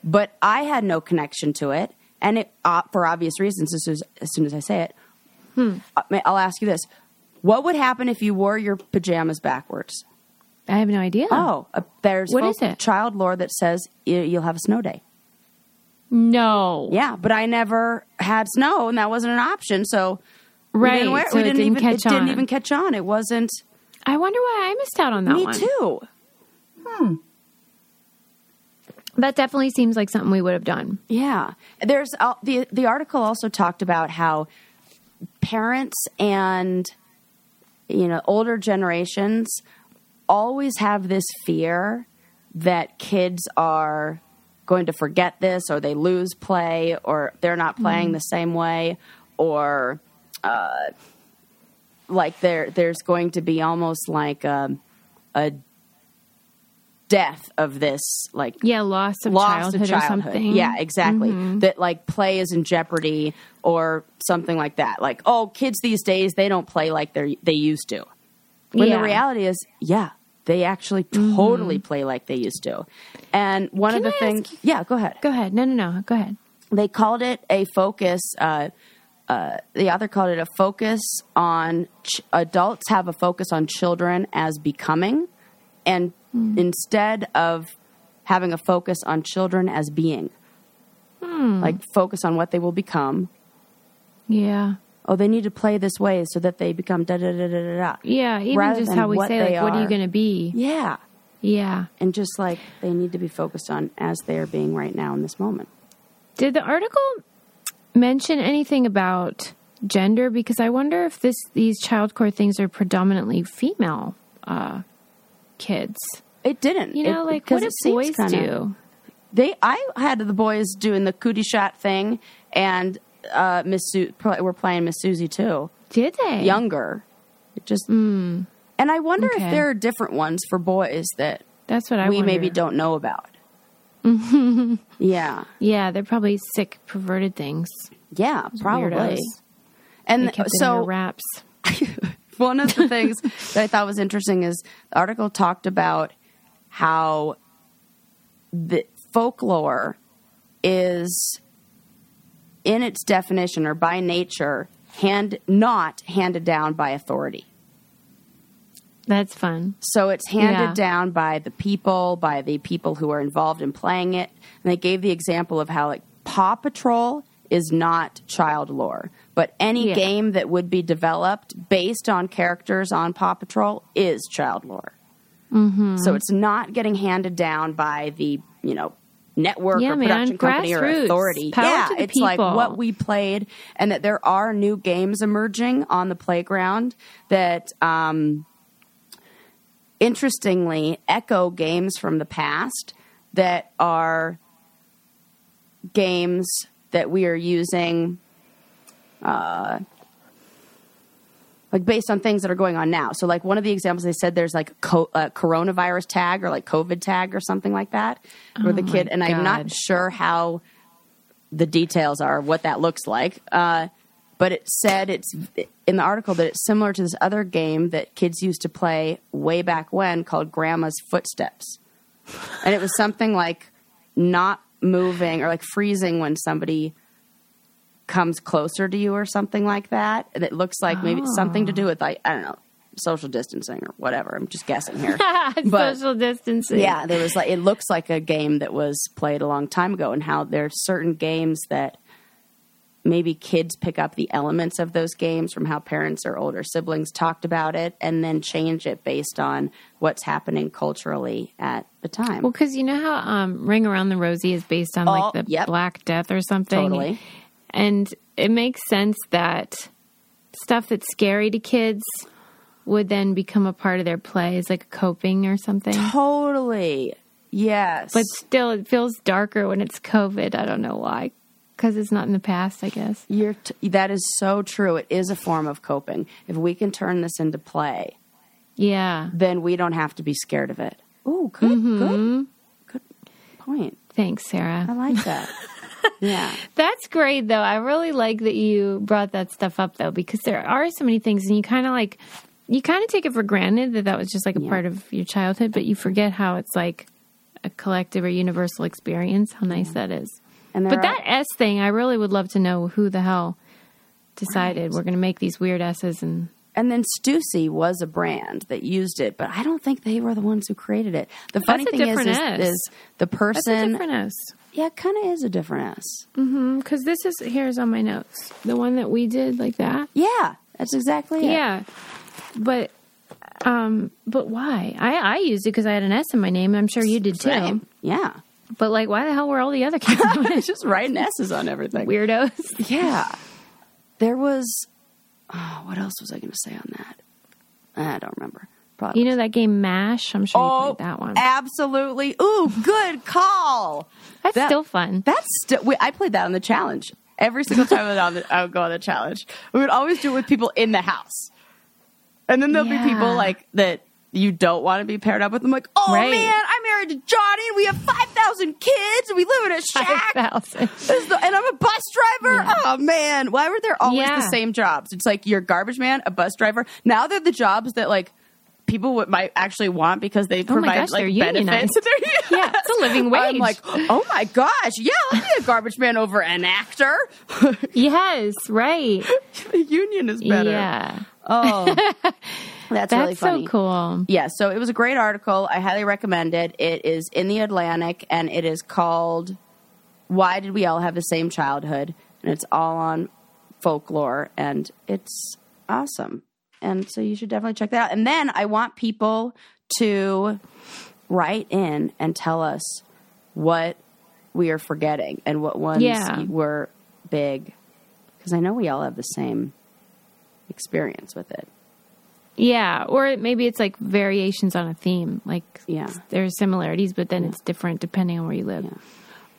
B: but I had no connection to it, and it uh, for obvious reasons. As soon as, as soon as I say it,
A: Hmm.
B: Uh, may- I'll ask you this: What would happen if you wore your pajamas backwards?
A: I have no idea.
B: Oh, uh, there's
A: What
B: folk-
A: is it?
B: child lore that says y- you'll have a snow day.
A: no.
B: Yeah, but I never had snow, and that wasn't an option. So we
A: Right,
B: didn't, wear it.
A: so
B: we
A: it
B: didn't
A: didn't
B: even
A: catch
B: it didn't
A: on.
B: even catch on. It wasn't
A: I wonder why I missed out on that
B: me
A: one.
B: too.
A: That definitely seems like something we would have done.
B: Yeah, there's uh, the the article also talked about how parents and you know older generations always have this fear that kids are going to forget this or they lose play or they're not playing the same way or uh, like there there's going to be almost like a, a death of this like
A: Yeah, loss of
B: loss
A: childhood,
B: of childhood.
A: or something. Mm-hmm.
B: Yeah, exactly. That like play is in jeopardy or something like that. Like, oh, kids these days they don't play like they they used to. When
A: Yeah. Mm-hmm.
B: the reality is, yeah, they actually totally play like they used to. And one of
A: Can I
B: the
A: ask
B: things, yeah, go ahead.
A: Go ahead. No, no, no. Go ahead.
B: They called it a focus. Uh, uh, the author called it a focus on ch- adults have a focus on children as becoming, and
A: Hmm.
B: instead of having a focus on children as being,
A: Hmm.
B: like focus on what they will become.
A: Yeah.
B: Oh, they need to play this way so that they become da da da da da da.
A: Yeah. Even
B: Rather
A: just
B: than
A: how we
B: what
A: say,
B: they
A: like, what are you
B: are.
A: going to be?
B: Yeah,
A: Yeah.
B: and just like they need to be focused on as they are being right now in this moment.
A: Did the article mention anything about gender? Because I wonder if this these childcore things are predominantly female uh, kids.
B: It didn't.
A: You know,
B: It-
A: like
B: 'cause
A: what do
B: it seems
A: boys
B: kinda-
A: do?
B: they I had the boys doing the cootie shot thing, and uh, Miss Su- pl- we're playing Miss Susie too,
A: Did they?
B: younger. It just and I wonder
A: Hmm. Okay.
B: if there are different ones for boys that
A: That's what I
B: we
A: wonder.
B: maybe don't know about. yeah,
A: Yeah, they're probably sick, perverted things.
B: yeah, probably.
A: Weirdos. They
B: And
A: kept it in their
B: so
A: wraps.
B: one of the things that I thought was interesting is the article talked about how the folklore is in its definition or by nature hand not handed down by authority.
A: That's fun.
B: So it's handed
A: Yeah.
B: down by the people, by the people who are involved in playing it. And they gave the example of how like Paw Patrol is not child lore, but any
A: Yeah.
B: game that would be developed based on characters on Paw Patrol is child lore. So it's not getting handed down by the you know network
A: Yeah,
B: or
A: man.
B: production company
A: Grassroots.
B: or authority.
A: Power
B: yeah,
A: to the
B: it's like
A: people.
B: what we played, and that there are new games emerging on the playground that. Um, interestingly echo games from the past that are games that we are using uh, like based on things that are going on now so like one of the examples they said there's like co- uh, coronavirus tag or like covid tag or something like that where the kid and i'm not
A: God.
B: sure how the details are of what that looks like uh, but it said it's in the article that it's similar to this other game that kids used to play way back when called grandma's footsteps and it was something like not moving or like freezing when somebody comes closer to you or something like that and it looks like maybe it's something to do with like i don't know social distancing or whatever i'm just guessing here But-
A: Social distancing.
B: yeah there was like it looks like a game that was played a long time ago and how there are certain games that maybe kids pick up the elements of those games from how parents or older siblings talked about it and then change it based on what's happening culturally at the time
A: Well, because you know how um, Ring Around the Rosie is based on like
B: Oh,
A: the
B: yep.
A: Black Death or something.
B: totally
A: And it makes sense that stuff that's scary to kids would then become a part of their play as like coping or something.
B: totally yes
A: But still, it feels darker when it's COVID. I don't know why. Because it's not in the past, I guess.
B: You're t- that is so true. It is a form of coping. If we can turn this into play,
A: Yeah.
B: then we don't have to be scared of it. Oh, good, good, good point.
A: Thanks, Sarah.
B: I like that. yeah,
A: That's great, though. I really like that you brought that stuff up, though, because there are so many things, and you kind of like, you kind of take it for granted that that was just like a part of your childhood, but you forget how it's like a collective or universal experience. How nice that is.
B: And there
A: But
B: are-
A: that S thing, I really would love to know who the hell decided we're going to make these weird S's and
B: and then Stussy was a brand that used it, but I don't think they were the ones who created it. The funny
A: a
B: thing is,
A: different
B: is,
A: S.
B: is the
A: that's
B: person,
A: a different S.
B: yeah, it kind of is a different S.
A: Because this is here's on my notes the one that we did like that.
B: Yeah, that's exactly it.
A: Yeah, but um, but why? I I used it because I had an S in my name. and I'm sure you did too.
B: Right. yeah.
A: But like, why the hell were all the other kids doing it?
B: It's just writing S's on everything.
A: weirdos?
B: Yeah. There was. Oh, what else was I going to say on that? I don't remember. Probably.
A: You know that game Mash? I'm sure you
B: oh,
A: played that one.
B: absolutely. Ooh, good call.
A: That's
B: that-
A: still fun.
B: That's still. wait, I played that on the challenge. Every single time I, was on the, I would go on the challenge, we would always do it with people in the house. And then there'll be people
A: Yeah.
B: like that you don't want to be paired up with. I'm like, oh
A: Right.
B: man, I'm married to Johnny. and We have 5,000 kids. And we live in a shack.
A: Five thousand.
B: This is the- and I'm a bus driver.
A: Yeah.
B: Oh man, why were there always
A: Yeah.
B: the same jobs? It's like you're a garbage man, a bus driver. Now they're the jobs that like people would, might actually want because they
A: Oh my
B: provide
A: gosh,
B: like
A: they're
B: benefits.
A: unionized.
B: They're
A: Yeah, it's a living wage.
B: I'm like, oh my gosh, yeah, I'll be a garbage man over an actor.
A: Yes, right.
B: the union is better.
A: Yeah.
B: Oh, that's, really
A: That's
B: funny.
A: so cool.
B: Yeah, so it was a great article. I highly recommend it. It is in the Atlantic and it is called Why Did We All Have the Same Childhood? And it's all on folklore and it's awesome. And so you should definitely check that out. And then I want people to write in and tell us what we are forgetting and what ones
A: Yeah.
B: were big. Because I know we all have the same experience with it.
A: Yeah, or it- maybe it's like variations on a theme. Like
B: Yeah.
A: there's similarities, but then it's different depending on where you live.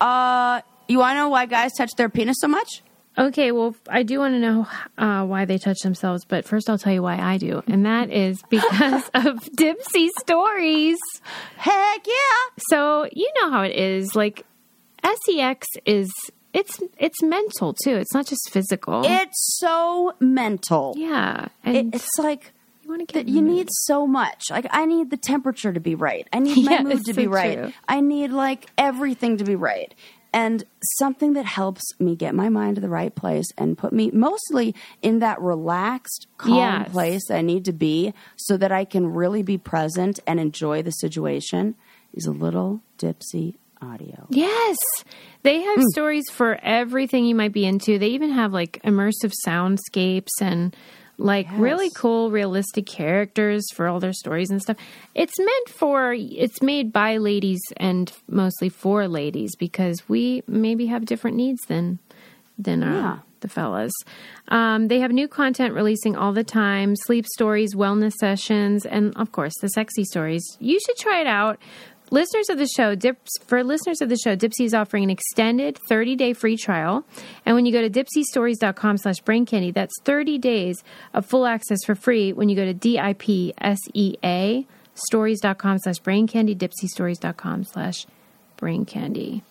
B: Uh, you want to know why guys touch their penis so much?
A: Okay, well, I do want to know uh, why they touch themselves, but first I'll tell you why I do, and that is because of Dipsy stories.
B: Heck yeah!
A: So you know how it is. Like sex is it's it's mental too. It's not just physical.
B: It's so mental. Mm.
A: yeah,
B: It,
A: and
B: it's like
A: you want to get
B: that you
A: in the
B: need so much. Like I need the temperature to be right. I need my
A: Yeah,
B: mood
A: it's
B: to
A: so
B: be right.
A: true.
B: I need like everything to be right. And something that helps me get my mind to the right place and put me mostly in that relaxed, calm
A: Yes.
B: place that I need to be so that I can really be present and enjoy the situation is a little dipsy audio.
A: Yes. They have stories for everything you might be into. They even have like immersive soundscapes and like really
B: Yes.
A: cool realistic characters for all their stories and stuff. It's meant for it's made by ladies and mostly for ladies because we maybe have different needs than than uh,
B: Yeah.
A: the fellas. Um, they have new content releasing all the time: sleep stories, wellness sessions, and of course the sexy stories. You should try it out. Listeners of the show, Dips, for listeners of the show, Dipsy is offering an extended 30-day free trial. And when you go to dipsystories.com slash brain candy, that's 30 days of full access for free when you go to E D-I-P-S-E-A stories.com slash brain candy, dipsystories.com slash brain candy.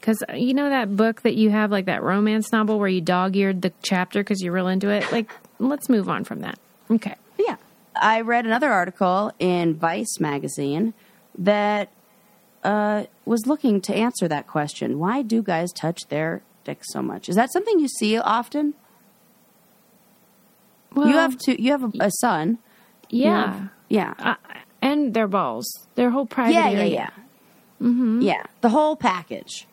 A: Because uh, you know that book that you have, like that romance novel where you dog eared the chapter because you're real into it? Like, let's move on from that. Okay.
B: Yeah. I read another article in Vice magazine that uh, was looking to answer that question. Why do guys touch their dicks so much? Is that something you see often?
A: Well,
B: you have to. You have a, a son. You
A: Yeah.
B: have- yeah.
A: Uh, and their balls, their whole private
B: yeah. Yeah.
A: area.
B: Yeah. Mm-hmm. Yeah. The whole package.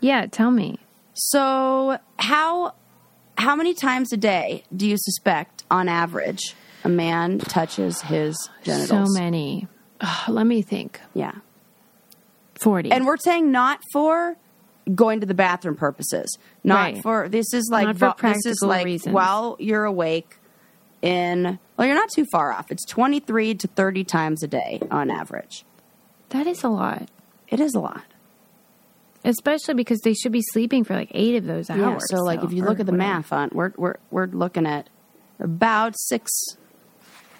A: Yeah, tell me.
B: So how how many times a day do you suspect, on average, a man touches his genitals?
A: So many. Ugh, let me think.
B: Yeah.
A: 40.
B: And we're saying not for going to the bathroom purposes. Not
A: Right.
B: for this is like
A: Not for
B: vo- this is
A: practical
B: like
A: reasons.
B: while you're awake in well you're not too far off. It's 23 to 30 times a day on average.
A: that is a lot,
B: It is a lot.
A: especially because they should be sleeping for like eight of those hours.
B: Yeah, so like if you
A: or
B: look at the
A: whatever.
B: math on we're we're we're looking at about 6 is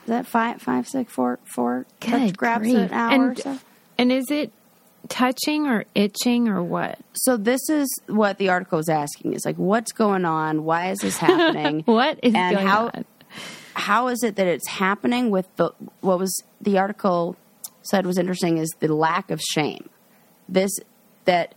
B: that five, five, six, four, four touch
A: Good
B: grabs
A: grief.
B: an hour or
A: And,
B: so?
A: and is it touching or itching or what?
B: So this is what the article is asking is like what's going on? Why is this happening?
A: What is
B: and
A: going
B: how
A: on?
B: how is it that it's happening with the what was the article said was interesting is the lack of shame this that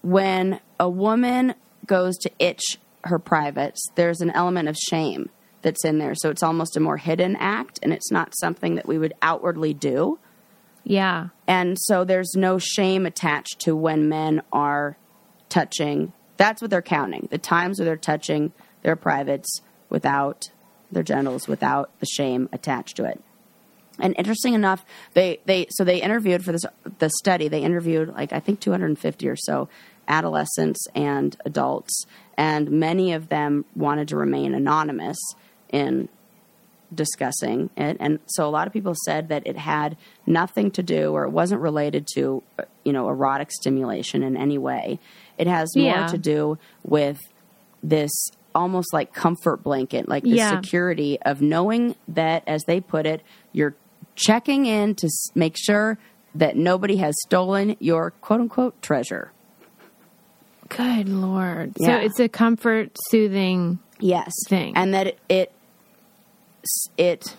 B: when a woman goes to itch her privates, there's an element of shame that's in there. So it's almost a more hidden act and it's not something that we would outwardly do.
A: Yeah.
B: And so there's no shame attached to when men are touching. That's what they're counting. The times where they're touching their privates without their genitals without the shame attached to it. And interesting enough, they, they so they interviewed for this the study, they interviewed like I think 250 or so adolescents and adults, and many of them wanted to remain anonymous in discussing it. And so a lot of people said that it had nothing to do or it wasn't related to, uh, you know, erotic stimulation in any way. It has more
A: Yeah.
B: to do with this almost like comfort blanket, like the
A: Yeah.
B: security of knowing that, as they put it, you're checking in to s- make sure that nobody has stolen your quote unquote treasure.
A: Good lord.
B: Yeah.
A: So it's a comfort soothing.
B: yes
A: thing.
B: and that it it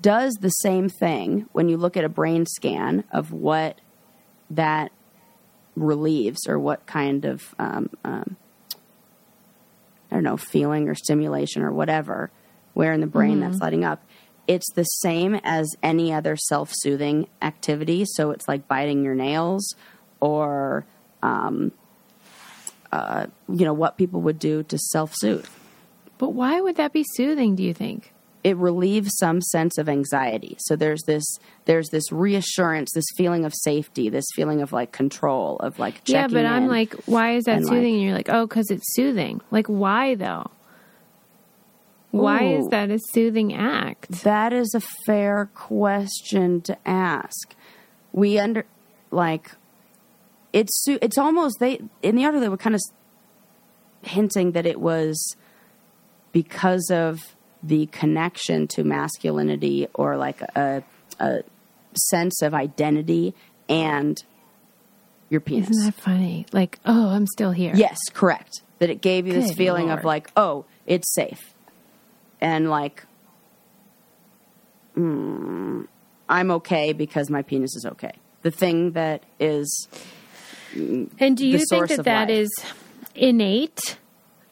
B: does the same thing when you look at a brain scan of what that relieves or what kind of um, um, I don't know feeling or stimulation or whatever where in the brain that's lighting up. It's the same as any other self soothing activity. So it's like biting your nails or um, uh, you know what people would do to self soothe.
A: But why would that be soothing, do you think?
B: it relieves some sense of anxiety. So there's this there's this reassurance, this feeling of safety, this feeling of like control of like checking
A: yeah, but I'm
B: in.
A: like, why is that
B: and, like-
A: soothing? and you're like, oh, because it's soothing. Like, why though? Why is
B: Ooh.
A: that a soothing act?
B: that is a fair question to ask. We under like it's su- it's almost they in the article they were kind of hinting that it was because of the connection to masculinity or like a, a sense of identity and your penis.
A: Isn't that funny? Like, oh, I'm still here.
B: Yes, correct. That it gave you this
A: Good
B: feeling of
A: Lord.
B: like, oh, it's safe, and like, mm, I'm okay because my penis is okay. The thing that is,
A: And do you think
B: source
A: that
B: of
A: that
B: life.
A: is innate,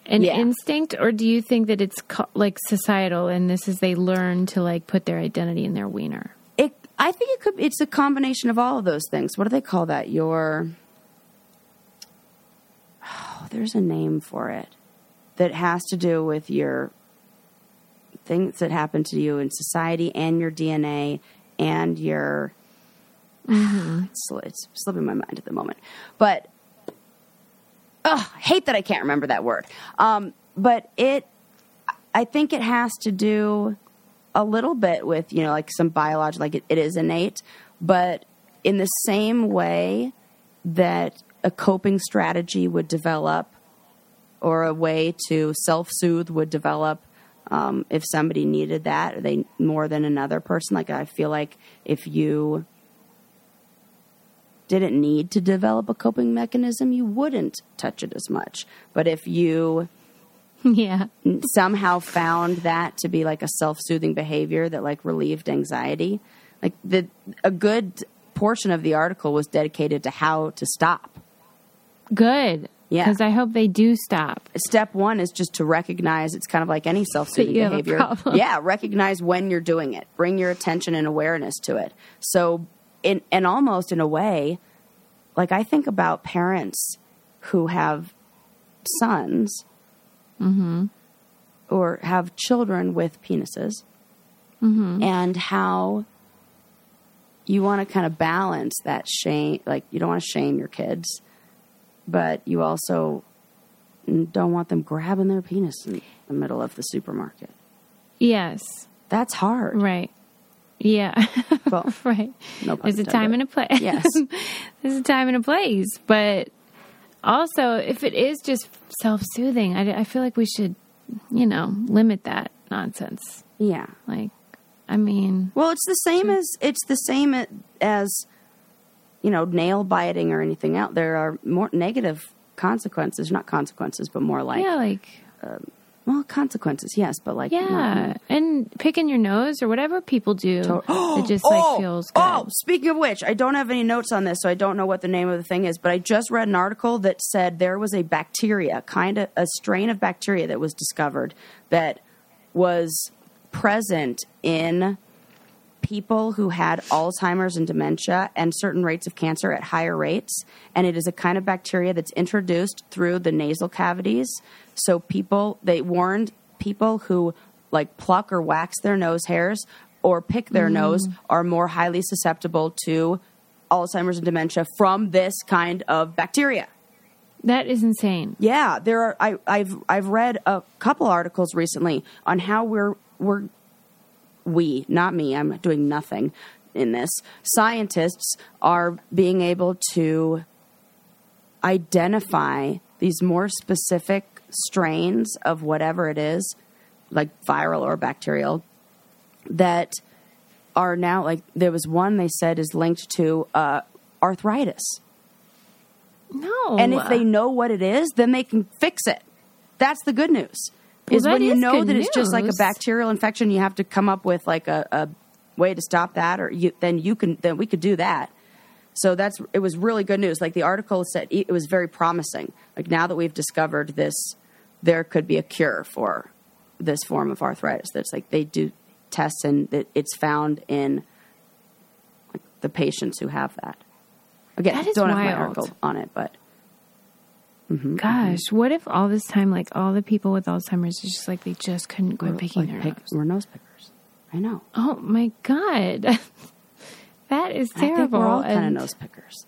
A: an
B: Yeah.
A: instinct, or do you think that it's co- like societal and this is they learn to like put their identity in their wiener?
B: it. I think it could. It's a combination of all of those things. What do they call that? Your. Oh, there's a name for it that has to do with your things that happen to you in society and your DNA and your it's, sli- it's slipping my mind at the moment. But oh, hate that I can't remember that word. Um, but it, I think it has to do a little bit with you know like some biological, like it, it is innate, but in the same way that a coping strategy would develop or a way to self-soothe would develop um, if somebody needed that or they more than another person like i feel like if you didn't need to develop a coping mechanism you wouldn't touch it as much but if you
A: yeah.
B: Mm. somehow found that to be like a self-soothing behavior that like relieved anxiety like the a good portion of the article was dedicated to how to stop
A: Good.
B: Yeah.
A: Because I hope they do stop.
B: step one is just to recognize it's kind of like any self-soothing
A: That you have a
B: behavior
A: problem.
B: yeah recognize when you're doing it bring your attention and awareness to it so in and almost in a way like i think about parents who have sons
A: Mm-hmm.
B: or have children with penises
A: Mm-hmm.
B: and how you want to kind of balance that shame like you don't want to shame your kids but you also don't want them grabbing their penis in the middle of the supermarket
A: Yes.
B: that's hard
A: Right. Yeah.
B: well
A: right.
B: no pun
A: There's a
B: intended.
A: time and a place.
B: yes
A: There's a time and a place. But also, if it is just self soothing, I, I feel like we should, you know, limit that nonsense.
B: yeah
A: Like, I mean,
B: Well, it's the same as it's the same a- as you know nail biting or anything else. There are more negative consequences, not consequences, but more like
A: yeah, like
B: Well, consequences, yes, but like
A: Yeah,
B: not-
A: and picking your nose or whatever people do, it just like feels good.
B: Oh, speaking of which, I don't have any notes on this, so I don't know what the name of the thing is, but I just read an article that said there was a bacteria, kind of a strain of bacteria that was discovered that was present in people who had Alzheimer's and dementia and certain rates of cancer at higher rates. And it is a kind of bacteria that's introduced through the nasal cavities. So people, they warned people who like pluck or wax their nose hairs or pick their nose are more highly susceptible to Alzheimer's and dementia from this kind of bacteria.
A: That is insane.
B: Yeah, there are. I, I've I've read a couple articles recently on how we're we're we not me. I'm doing nothing in this. Scientists are being able to identify these more specific strains of whatever it is, like viral or bacterial, that are now like there was one they said is linked to uh, arthritis.
A: No. uh,
B: And if they know what it is, then they can fix it. That's the good news. is
A: that
B: when you
A: is
B: know
A: good
B: that it's just like a
A: news.
B: bacterial infection, you have to come up with like a, a way to stop that, or you, then you can then we could do that. So that's it was really good news. Like the article said, e, it was very promising. Like now that we've discovered this, there could be a cure for this form of arthritis. That's like they do tests and it- it's found in like the patients who have that. Again,
A: That is
B: don't have
A: wild.
B: my article on it, but
A: Gosh, what if all this time, like all the people with Alzheimer's, is just like they just couldn't quit picking
B: like
A: their
B: pick-
A: nose?
B: We're nose pickers. I know.
A: Oh my god, that is
B: I
A: terrible.
B: think we're all kind
A: And-
B: of nose pickers.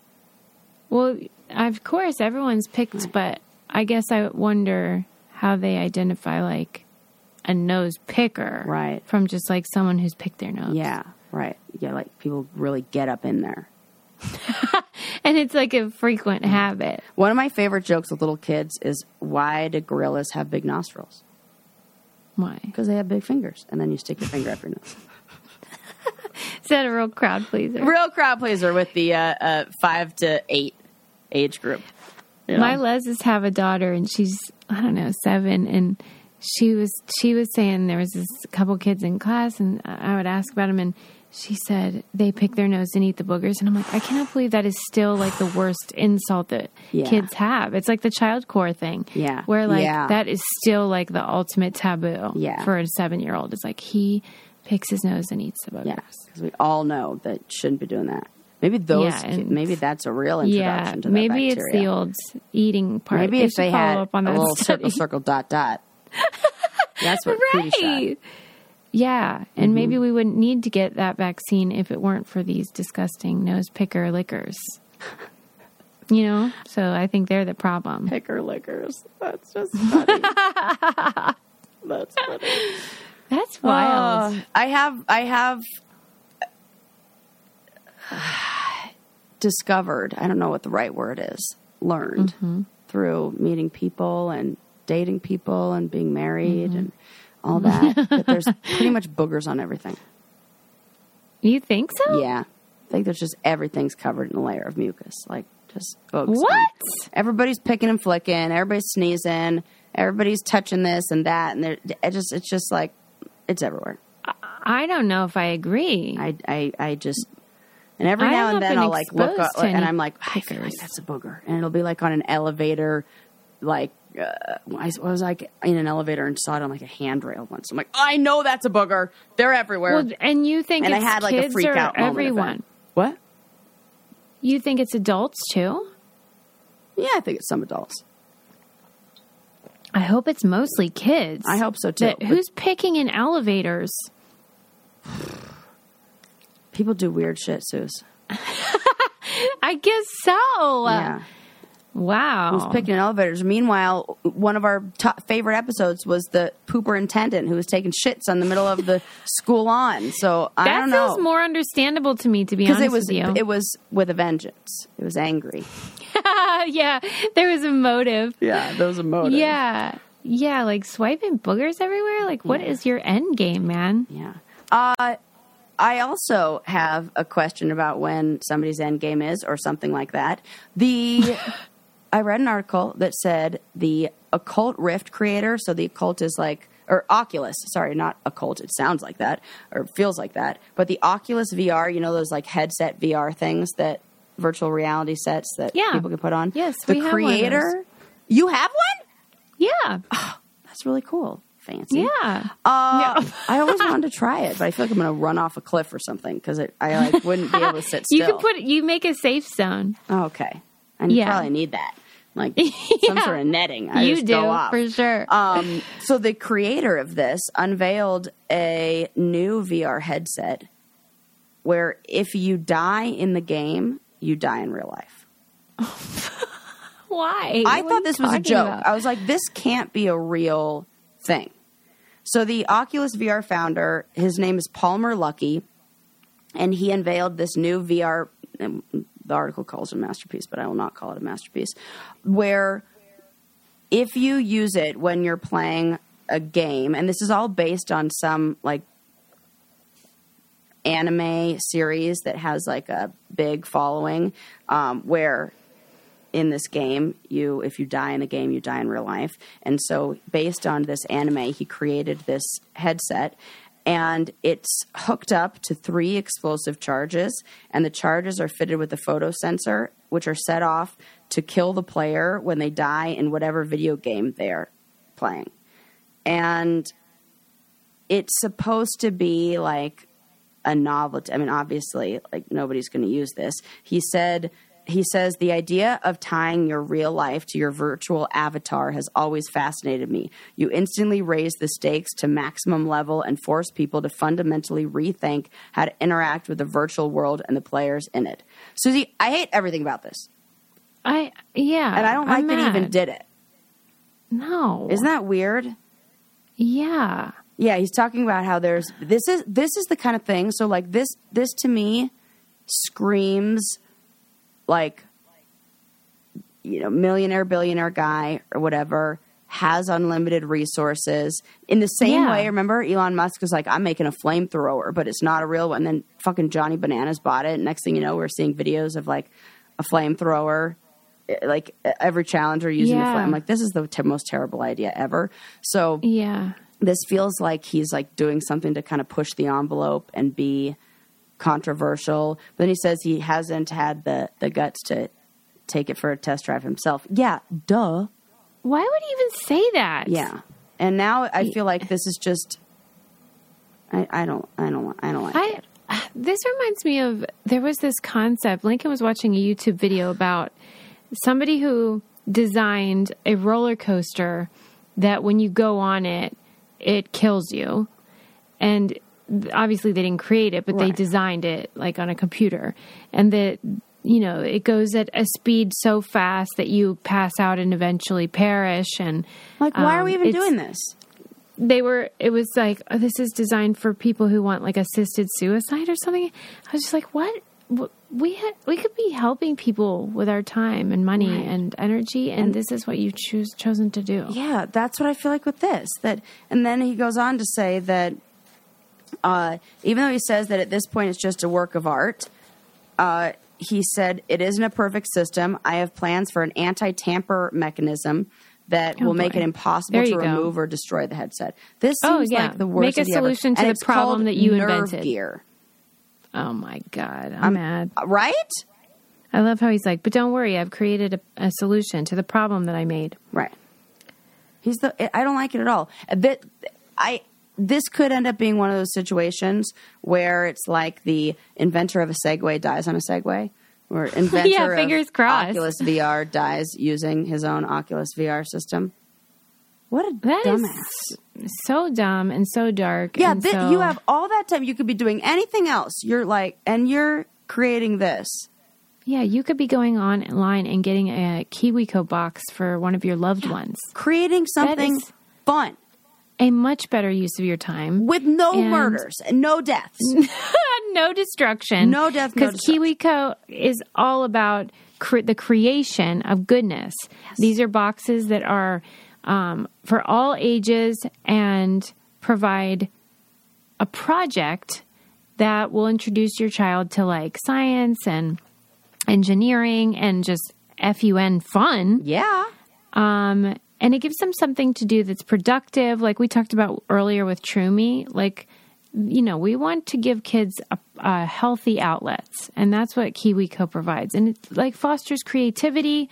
A: Well, of course, everyone's picked, but I guess I wonder how they identify like a nose picker,
B: Right.
A: From just like someone who's picked their nose.
B: Yeah, right. Yeah, like people really get up in there.
A: and it's like a frequent habit.
B: One of my favorite jokes with little kids is why do gorillas have big nostrils?
A: Why?
B: Because they have big fingers, and then you stick your finger up your nose.
A: Is that a real crowd pleaser?
B: Real crowd pleaser with the uh, uh, five to eight age group. You
A: My
B: know?
A: leses have a daughter, and she's I don't know seven, and she was she was saying there was this couple kids in class, and I I would ask about them, and she said they pick their nose and eat the boogers, and I'm like, I cannot believe that is still like the worst insult that
B: Yeah.
A: kids have. It's like the child core thing,
B: Yeah.
A: where like
B: Yeah.
A: that is still like the ultimate taboo,
B: Yeah.
A: for a seven year old. It's like he picks his nose and eats the boogers.
B: yeah, because we all know that shouldn't be doing that. Maybe those.
A: Yeah,
B: ki-
A: and-
B: maybe that's a real
A: Yeah,
B: introduction to that
A: maybe it's
B: bacteria.
A: the old eating part.
B: Maybe if
A: should
B: they
A: follow
B: had
A: up on
B: a
A: that
B: little
A: study.
B: circle, circle, dot, dot. That's what Cootie shot.
A: Right. Yeah, and
B: Mm-hmm.
A: maybe we wouldn't need to get that vaccine if it weren't for these disgusting nose picker lickers. You know, so I think they're the problem.
B: Picker lickers. That's just funny. That's funny.
A: That's wild.
B: I have, I have discovered, I don't know what the right word is, learned
A: Mm-hmm.
B: through meeting people and dating people and being married
A: Mm-hmm.
B: and all that, that there's pretty much boogers on everything.
A: you think so?
B: Yeah. I think there's just everything's covered in a layer of mucus. Like just bugs.
A: What?
B: Everybody's picking and flicking, everybody's sneezing, everybody's touching this and that and there- it just it's just like it's everywhere.
A: I don't know if I agree.
B: I I, I just and every
A: I
B: now and
A: haven't
B: then
A: been
B: I'll like look
A: exposed
B: up,
A: to
B: and
A: any
B: I'm like, I feel like
A: boogers.
B: that's a booger. And it'll be like on an elevator like uh, I was like in an elevator and saw it on like a handrail once. I'm like, I know that's a booger. They're everywhere.
A: well, and you think
B: and I
A: it's
B: had like a
A: kids
B: freak
A: or
B: out moment. of it.
A: everyone?
B: What?
A: You think it's adults too?
B: Yeah, I think it's some adults.
A: I hope it's mostly kids.
B: I hope so too.
A: That-
B: But
A: who's picking in elevators?
B: people do weird shit, Suze?
A: I guess so.
B: yeah,
A: Wow.
B: who's picking in elevators? Meanwhile, one of our top favorite episodes was the pooper intendant who was taking shits on the middle of the school lawn. So I
A: That
B: don't know
A: feels more understandable to me, to be honest
B: it was
A: with you.
B: it was with a vengeance. It was angry.
A: yeah, there was a motive.
B: Yeah, there was a motive.
A: Yeah, yeah, like swiping boogers everywhere. Like, what is your end game, man?
B: Yeah. Uh, I also have a question about when somebody's end game is or something like that. The I read an article that said the occult rift creator, so the occult is like or Oculus, sorry, not occult. It sounds like that or feels like that. But the Oculus VR, you know those like headset VR things that virtual reality sets that
A: Yeah.
B: people can put on.
A: Yes,
B: the
A: we have one of those.
B: creator. You have one?
A: Yeah.
B: That's really cool. Fancy.
A: Yeah.
B: Uh, I always wanted to try it, but I feel like I'm going to run off a cliff or something because I like wouldn't be able to sit still.
A: You can put you make a safe zone.
B: Oh, okay. I
A: Yeah.
B: probably need that. Like some sort of netting. I
A: you
B: just
A: do
B: go off.
A: for sure.
B: Um, so the creator of this unveiled a new VR headset where if you die in the game, you die in real life.
A: Why?
B: I
A: What are
B: thought
A: you
B: this was a
A: talking
B: joke.
A: about?
B: I was like, this can't be a real thing. So the Oculus VR founder, his name is Palmer Lucky, and he unveiled this new VR. um, The article calls it a masterpiece, but I will not call it a masterpiece. Where if you use it when you're playing a game, and this is all based on some like anime series that has like a big following, um, where in this game you if you die in the game you die in real life and so based on this anime he created this headset and it's hooked up to three explosive charges and the charges are fitted with a photo sensor which are set off to kill the player when they die in whatever video game they're playing and it's supposed to be like a novelty. I mean, obviously, like nobody's going to use this. He said, he says, the idea of tying your real life to your virtual avatar has always fascinated me. You instantly raise the stakes to maximum level and force people to fundamentally rethink how to interact with the virtual world and the players in it. Susie, I hate everything about this,
A: I yeah.
B: and I don't like
A: I'm
B: that he even
A: mad.
B: did it.
A: No.
B: Isn't that weird?
A: Yeah.
B: Yeah, he's talking about how there's this is this is the kind of thing. So like this this to me screams like you know, millionaire billionaire guy or whatever has unlimited resources. In the same
A: Yeah.
B: way, remember Elon Musk was like I'm making a flamethrower, but it's not a real one. Then fucking Johnny Bananas bought it. Next thing you know, we're seeing videos of like a flamethrower eh, like every challenger using a
A: Yeah.
B: flame. I'm like this is the te- most terrible idea ever. So
A: Yeah.
B: this feels like he's like doing something to kind of push the envelope and be controversial. But then he says he hasn't had the the guts to take it for a test drive himself. Yeah, duh.
A: Why would he even say that?
B: Yeah. And now I feel like this is just I, I don't I don't want I don't like
A: I
B: it.
A: this reminds me of there was this concept. Lincoln was watching a YouTube video about somebody who designed a roller coaster that when you go on it, it kills you. And th- obviously they didn't create it, but they
B: Right.
A: designed it like on a computer. And that you know, it goes at a speed so fast that you pass out and eventually perish and
B: Like why are
A: um,
B: we even
A: it's-
B: doing this?
A: they were it was like oh, this is designed for people who want like assisted suicide or something i was just like what What- we ha- we could be helping people with our time and money and energy and, this is what you choose chosen to do
B: Yeah, that's what I feel like with this. That and then he goes on to say that uh, even though he says that at this point it's just a work of art, uh, he said it isn't a perfect system. I have plans for an anti-tamper mechanism that will make
A: Oh, boy.
B: it impossible
A: There
B: to
A: you go.
B: remove or destroy the headset. This
A: Oh,
B: seems
A: yeah.
B: like the worst
A: Make a
B: idea ever.
A: solution to
B: And
A: the
B: it's
A: problem
B: called
A: that you
B: nerve
A: invented.
B: Gear,
A: oh my god i'm mad
B: Uh, right?
A: i love how he's like but don't worry i've created a, a solution to the problem that i made
B: Right. He's the. I don't like it at all. That I. This could end up being one of those situations where it's like the inventor of a Segway dies on a Segway, or inventor of
A: fingers crossed.
B: Oculus VR dies using his own Oculus VR system. What a
A: That is
B: dumbass!
A: so dumb and so dark
B: yeah,
A: and
B: thi-
A: so-
B: you have all that time. You could be doing anything else. You're like, and you're creating this.
A: yeah you could be going online and getting a kiwico box for one of your loved ones
B: Creating something
A: is-
B: fun
A: a much better use of your time
B: with no
A: And-
B: murders and no deaths.
A: no destruction.
B: No death, no
A: Because KiwiCo is all about cre- the creation of goodness. These are boxes that are um, for all ages and provide a project that will introduce your child to like science and engineering and just F-U-N, fun.
B: Yeah.
A: Um, and it gives them something to do that's productive. Like we talked about earlier with Trumi, like, you know, we want to give kids a, a healthy outlets and that's what KiwiCo provides. And it like fosters creativity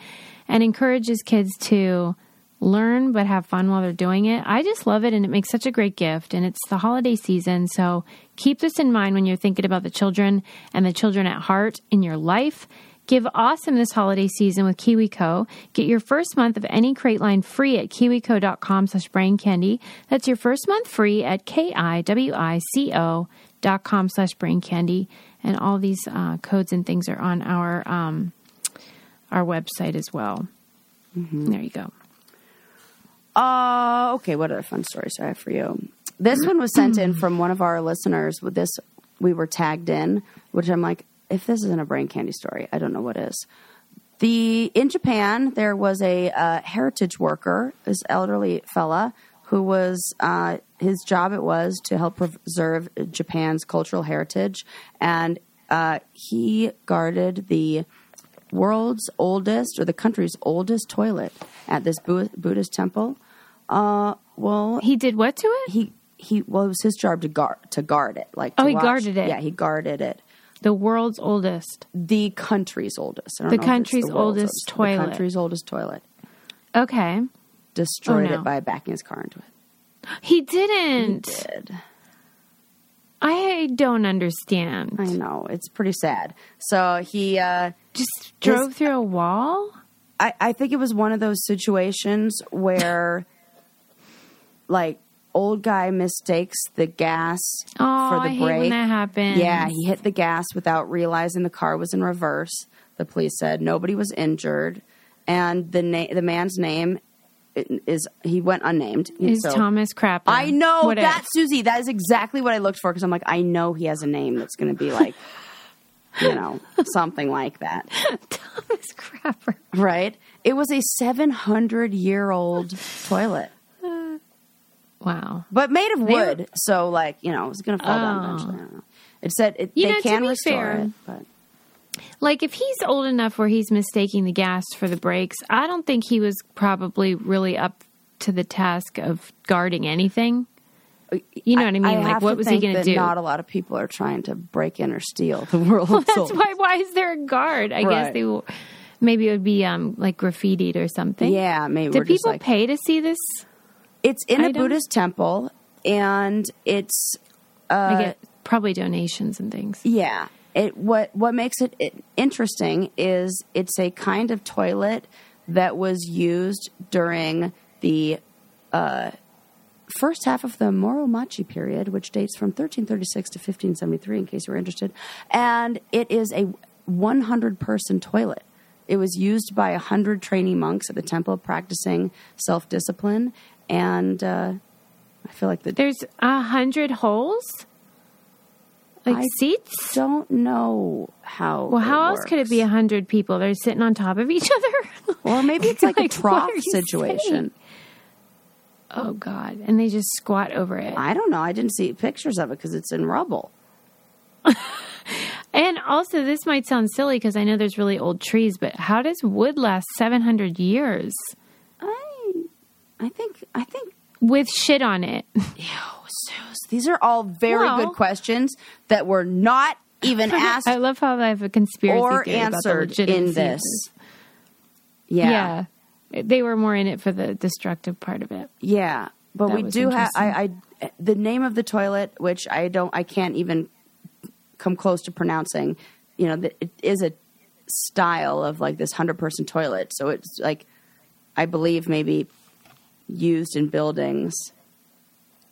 A: and encourages kids to learn but have fun while they're doing it. I just love it and it makes such a great gift and it's the holiday season, so keep this in mind when you're thinking about the children and the children at heart in your life. Give awesome this holiday season with KiwiCo. Get your first month of any crate line free at kiwico.com slash brain candy. That's your first month free at K-I-W-I-C-O dot com slash brain candy. And all these uh, codes and things are on our, um, our website as well. There you go.
B: Uh, okay, what other fun stories do I have for you? This one was sent in from one of our listeners. With this, we were tagged in, which I'm like, if this isn't a brain candy story, I don't know what is. The in Japan, there was a uh, heritage worker, this elderly fella, who was uh, his job it was to help preserve Japan's cultural heritage, and uh, he guarded the world's oldest or the country's oldest toilet at this Bu- Buddhist temple. Uh, well,
A: He did what to it?
B: he he well, it was his job to guard to guard it. Like to
A: Oh, he
B: watch.
A: guarded it.
B: Yeah, he guarded it.
A: The world's oldest.
B: The country's oldest. I don't
A: The
B: know if it's
A: country's
B: world's
A: oldest toilet.
B: The country's oldest toilet.
A: Okay.
B: Destroyed
A: Oh, no.
B: it by backing his car into it.
A: He didn't.
B: Did.
A: I don't
B: I
A: understand.
B: know it's pretty sad. So he, uh,
A: Just drove through a wall?
B: I, I think it was one of those situations where, like, old guy mistakes the gas
A: Oh,
B: for the
A: I hate
B: brake.
A: when that happens.
B: Yeah, he hit the gas without realizing the car was in reverse. The police said nobody was injured, and the na- the man's name i- is he went unnamed.
A: is
B: So-
A: Thomas Crapper.
B: I know
A: What if?
B: that Susie. That is exactly what I looked for because I'm like, I know he has a name that's going to be like, you know, something like that,
A: Thomas Crapper.
B: right? It was a 700 year old toilet,
A: Wow.
B: but made of
A: They were-
B: wood. So like, you know, it was going to fall down
A: Oh.
B: eventually. I don't know. It said it,
A: You
B: they
A: know, to
B: can
A: be
B: restore
A: fair-
B: it, but.
A: Like if he's old enough where he's mistaking the gas for the brakes, I don't think he was probably really up to the task of guarding anything. You know what I mean? like
B: have
A: what
B: to
A: was he
B: think
A: going to
B: that
A: do?
B: Not a lot of people are trying to break in or steal the world's well,
A: That's why why is there a guard? I guess
B: Right.
A: they will, maybe it would be um like graffitied or something.
B: Yeah, maybe
A: Do
B: we're just
A: people
B: like
A: pay to see this?
B: it's in a
A: I don't-
B: Buddhist temple, and it's uh,
A: I get probably donations and things.
B: yeah. It what what makes it, it interesting is it's a kind of toilet that was used during the uh, first half of the Muromachi period, which dates from 1336 to 1573. In case you were interested, and it is a 100 person toilet. It was used by 100 trainee monks at the temple practicing self discipline, and uh, I feel like the
A: There's a hundred holes, like
B: I-
A: seats.
B: don't know how.
A: Well, how else could it be a hundred people? They're sitting on top of each other.
B: Or maybe it's like,
A: Like,
B: a
A: what
B: trough
A: are you
B: situation.
A: saying? oh God! And they just squat over it.
B: I don't know. I didn't see pictures of it because it's in rubble.
A: And also, this might sound silly because I know there's really old trees, but how does wood last seven hundred years
B: I, I think, I think.
A: with shit on it?
B: Oh, Suze, these are all very
A: Well-
B: good questions that were not even asked
A: I love how I have a conspiracy
B: or
A: theory about the
B: answered in
A: legitimacy of
B: this.
A: this.
B: Yeah, yeah,
A: Yeah. they were more in it for the destructive part of it.
B: But
A: That
B: we
A: was
B: do have. I, I the name of the toilet, which I don't, I can't even come close to pronouncing. You know, th- it is a style of like this hundred person toilet. So it's like, I believe maybe used in buildings.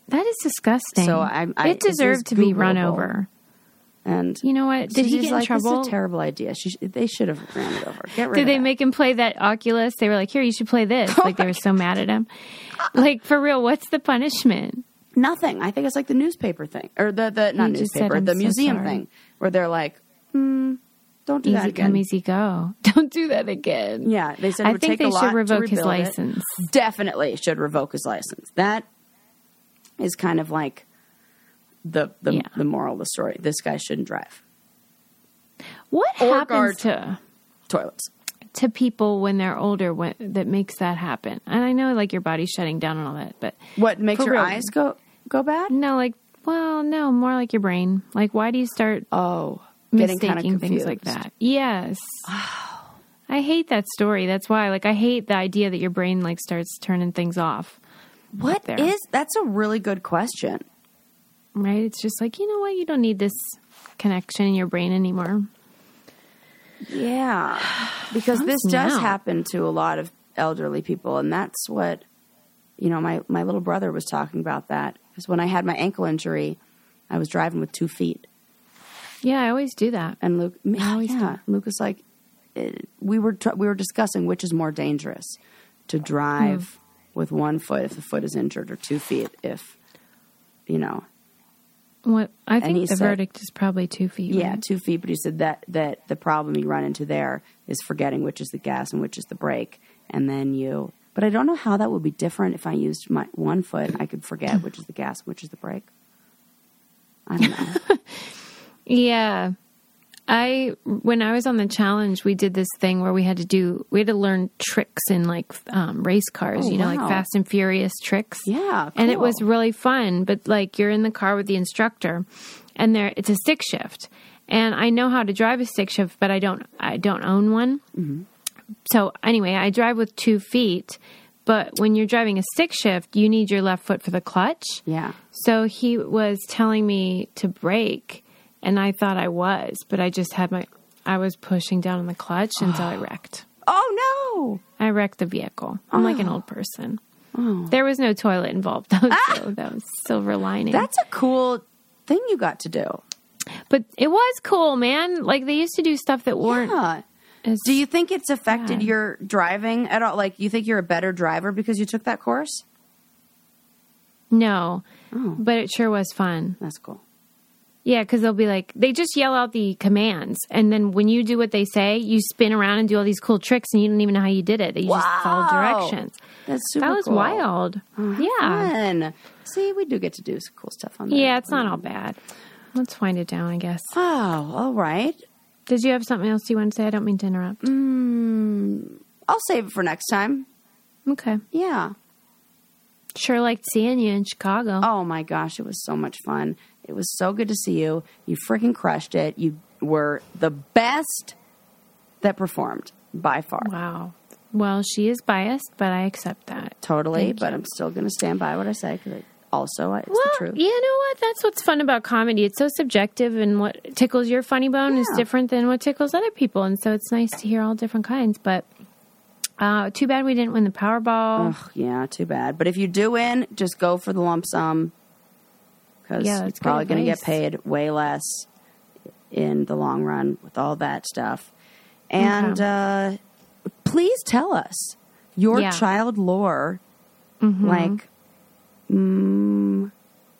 A: That is disgusting.
B: So I'm- I-
A: it
B: this is
A: deserved to be run
B: Googleable.
A: over.
B: And
A: You know what? Did he
B: Susie's
A: get in
B: like,
A: trouble?
B: This is a terrible idea. She, sh- they should have ran it over. Get rid of
A: Did they
B: that.
A: make him play that Oculus? They were like, "Here, you should play this."
B: Oh
A: like they were so mad at him. Like for real, what's the punishment?
B: nothing? I think it's like the newspaper thing or the the not
A: just said,
B: newspaper,
A: "I'm
B: the
A: so
B: museum
A: sorry."
B: thing, where they're like, mm, don't do that
A: Easy
B: again.
A: come, easy go. Don't do that again.
B: Yeah, they said it
A: I
B: would
A: think
B: take a
A: they
B: lot
A: should
B: to
A: revoke his
B: rebuild it.
A: license.
B: Definitely should revoke his license. That is kind of like the the,
A: Yeah.
B: the moral of the story. This guy shouldn't drive
A: What
B: Or
A: happens
B: guard.
A: to
B: toilets.
A: to people when they're older when, that makes that happen. And I know like your body's shutting down and all that, but
B: What makes
A: For
B: your
A: real.
B: eyes go go bad?
A: no, like, well, no, more like your brain. Like, why do you start
B: Oh, getting kind of
A: mistaking
B: confused
A: things like that? Yes. I hate that story. That's why, like, I hate the idea that your brain like starts turning things off.
B: What
A: there.
B: is that's a really good question.
A: Right? It's just like you know what? You don't need this connection in your brain anymore.
B: Yeah, because this
A: Comes
B: does
A: now.
B: happen to a lot of elderly people, and that's what you know. My my little brother was talking about that because when I had my ankle injury, I was driving with two feet,
A: Yeah, I always do that.
B: and Luke,
A: always
B: yeah, Luke was like, eh, we were tr- we were discussing which is more dangerous to drive with one foot if the foot is injured, or two feet if you know
A: What I
B: he
A: think the
B: said-
A: verdict is probably two feet.
B: Yeah,
A: right?
B: two feet. But he said that that the problem you run into there is forgetting which is the gas and which is the brake, and then you. But I don't know how that would be different if I used my one foot. I could forget which is the gas, which is the brake. I don't know.
A: Yeah. I when I was on the challenge, we did this thing where we had to do we had to learn tricks in like um, race cars,
B: Oh,
A: you know,
B: wow.
A: like Fast and Furious tricks.
B: Yeah,
A: and it
B: cool.
A: was really fun. But like you're in the car with the instructor, and there it's a stick shift, and I know how to drive a stick shift, but I don't I don't own one.
B: Mm-hmm.
A: So anyway, I drive with two feet, but when you're driving a stick shift, you need your left foot for the clutch.
B: yeah,
A: So he was telling me to brake, and I thought I was, but I just had my, I was pushing down on the clutch until I wrecked.
B: Oh
A: I wrecked the vehicle. I'm like an old person.
B: Oh.
A: There was no toilet involved, though, so that was silver lining.
B: no, Ah! that's a cool thing you got to do.
A: but it was cool, man. Like they used to do stuff that weren't.
B: Huh.
A: as-
B: Do you think it's affected
A: Yeah.
B: your driving at all? Like, you think you're a better driver because you took that course?
A: no,
B: Oh.
A: but it sure was fun.
B: That's cool.
A: Yeah, because they'll be like, they just yell out the commands. And then when you do what they say, you spin around and do all these cool tricks, and you don't even know how you did it. You just follow
B: Wow.
A: directions.
B: That's super.
A: that was
B: cool. Uh-huh.
A: wild. yeah.
B: Fun. See, we do get to do some cool stuff on there.
A: Yeah, it's not all bad. Let's wind it down, I guess.
B: Oh, all right.
A: Did you have something else you want to say? I don't mean to interrupt.
B: Mm, I'll save it for next time.
A: Okay.
B: Yeah.
A: Sure liked seeing you in Chicago.
B: Oh my gosh, it was so much fun. It was so good to see you. You freaking crushed it. You were the best that performed by far.
A: Wow. Well, she is biased, but I accept that.
B: Totally,
A: Thank
B: but
A: you.
B: I'm still going to stand by what I say because also it's
A: Well,
B: the truth.
A: you know what? That's what's fun about comedy. It's so subjective, and what tickles your funny bone is
B: Yeah.
A: different than what tickles other people. And so it's nice to hear all different kinds. But uh, too bad we didn't win the Powerball.
B: Ugh, yeah, too bad. But if you do win, just go for the lump sum because
A: Yeah,
B: it's
A: that's good
B: probably going to get
A: advice.
B: paid way less in the long run with all that stuff. And uh, please tell us your
A: Yeah. Mm-hmm.
B: child lore, like mm,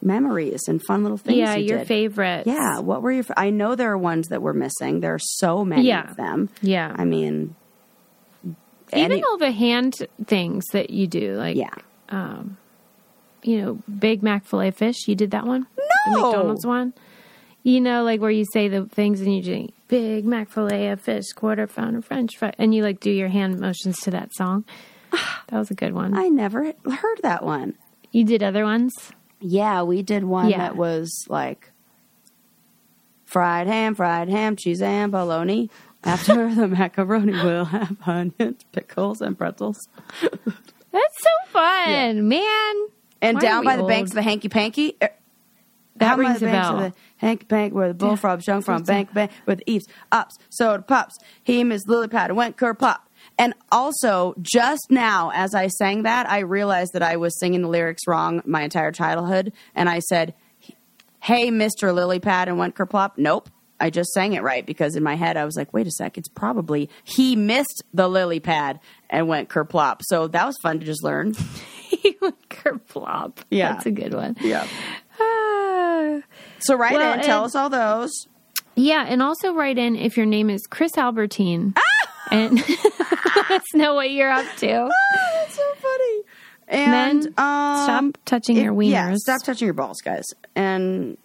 B: memories and fun little things.
A: yeah,
B: you
A: your
B: did.
A: favorite.
B: Yeah, what were your? Fa- I know there are ones that were missing. There are so many
A: Yeah.
B: of them.
A: Yeah.
B: I mean,
A: Even
B: any-
A: all the hand things that you do, like
B: yeah.
A: you know, Big Mac filet fish. You did that one? The
B: No!
A: McDonald's one? You know, like where you say the things and you do Big Mac filet of fish, quarter pounder French fry, and you like do your hand motions to that song. That was a good one.
B: I never heard that one.
A: you did other ones?
B: Yeah, we did one
A: Yeah.
B: that was like fried ham, fried ham, cheese and bologna. After the macaroni, we'll have onions, pickles, and pretzels.
A: That's so fun, man.
B: And
A: Why are
B: down
A: we
B: by the banks of
A: old?
B: the hanky panky. er,
A: That
B: down by
A: rings
B: the
A: a
B: banks
A: bell.
B: Of the hanky pank where the bullfrogs jump from. Bank bank with eaves, ups, soda pops. He missed lily pad and went ker pop. And also, just now as I sang that, I realized that I was singing the lyrics wrong my entire childhood, and I said, "Hey, Mister Lily Pad," and went ker plop. Nope. I just sang it right because in my head I was like, wait a sec, it's probably he missed the lily pad and went kerplop. So that was fun to just learn.
A: Kerplop.
B: Yeah.
A: That's a good one.
B: Yeah.
A: Ah.
B: So write
A: Well,
B: in, tell
A: and-
B: us all those.
A: Yeah, and also write in if your name is Chris Albertine.
B: Ah!
A: And let us know what you're up to.
B: That's so funny. And
A: Men,
B: um,
A: Stop touching
B: if-
A: your wieners.
B: Yeah, stop touching your balls, guys. And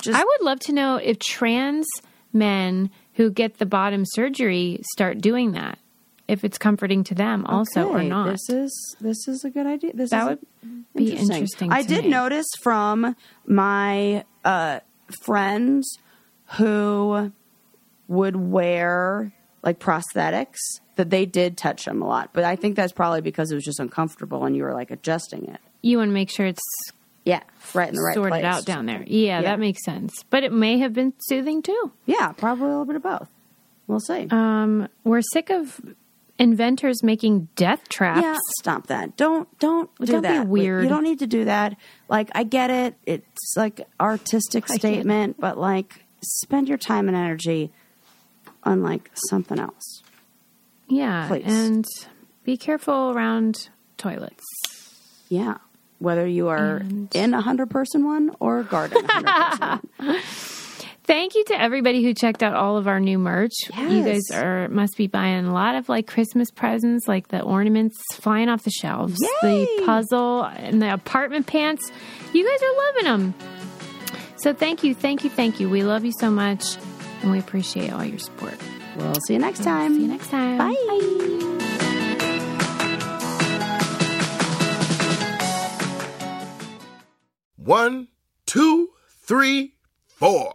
B: just
A: I would love to know if trans men who get the bottom surgery start doing that if it's comforting to them also or
B: Okay,
A: not.
B: This is this is a good idea. This
A: That
B: is
A: would be interesting
B: I
A: to
B: did
A: me.
B: notice from my uh, friends who would wear like prosthetics that they did touch them a lot, but I think that's probably because it was just uncomfortable and you were like adjusting it.
A: you want to make sure it's
B: Yeah, right in the right
A: sorted
B: place.
A: out down there. Yeah,
B: Yeah.
A: that makes sense. But it may have been soothing too.
B: Yeah, probably a little bit of both. We'll see.
A: Um, we're sick of inventors making death traps.
B: Yeah, stop that. Don't don't do
A: Don't be
B: that. We-
A: weird.
B: You don't need to do that. Like I get it. It's like artistic
A: I get
B: statement, but like spend your time and energy on like something else.
A: Yeah,
B: Please.
A: and be careful around toilets.
B: Yeah. Whether you are in a hundred person one or guarding a hundred person one.
A: Thank you to everybody who checked out all of our new merch. You
B: Yes.
A: guys are must be buying a lot of like Christmas presents, like the ornaments flying off the shelves, the
B: Yay!
A: puzzle and the apartment pants. You guys are loving them. So thank you, thank you, thank you. We love you so much and we appreciate all your support.
B: We'll see you next time.
A: See you next time.
B: Bye.
C: One, two, three, four.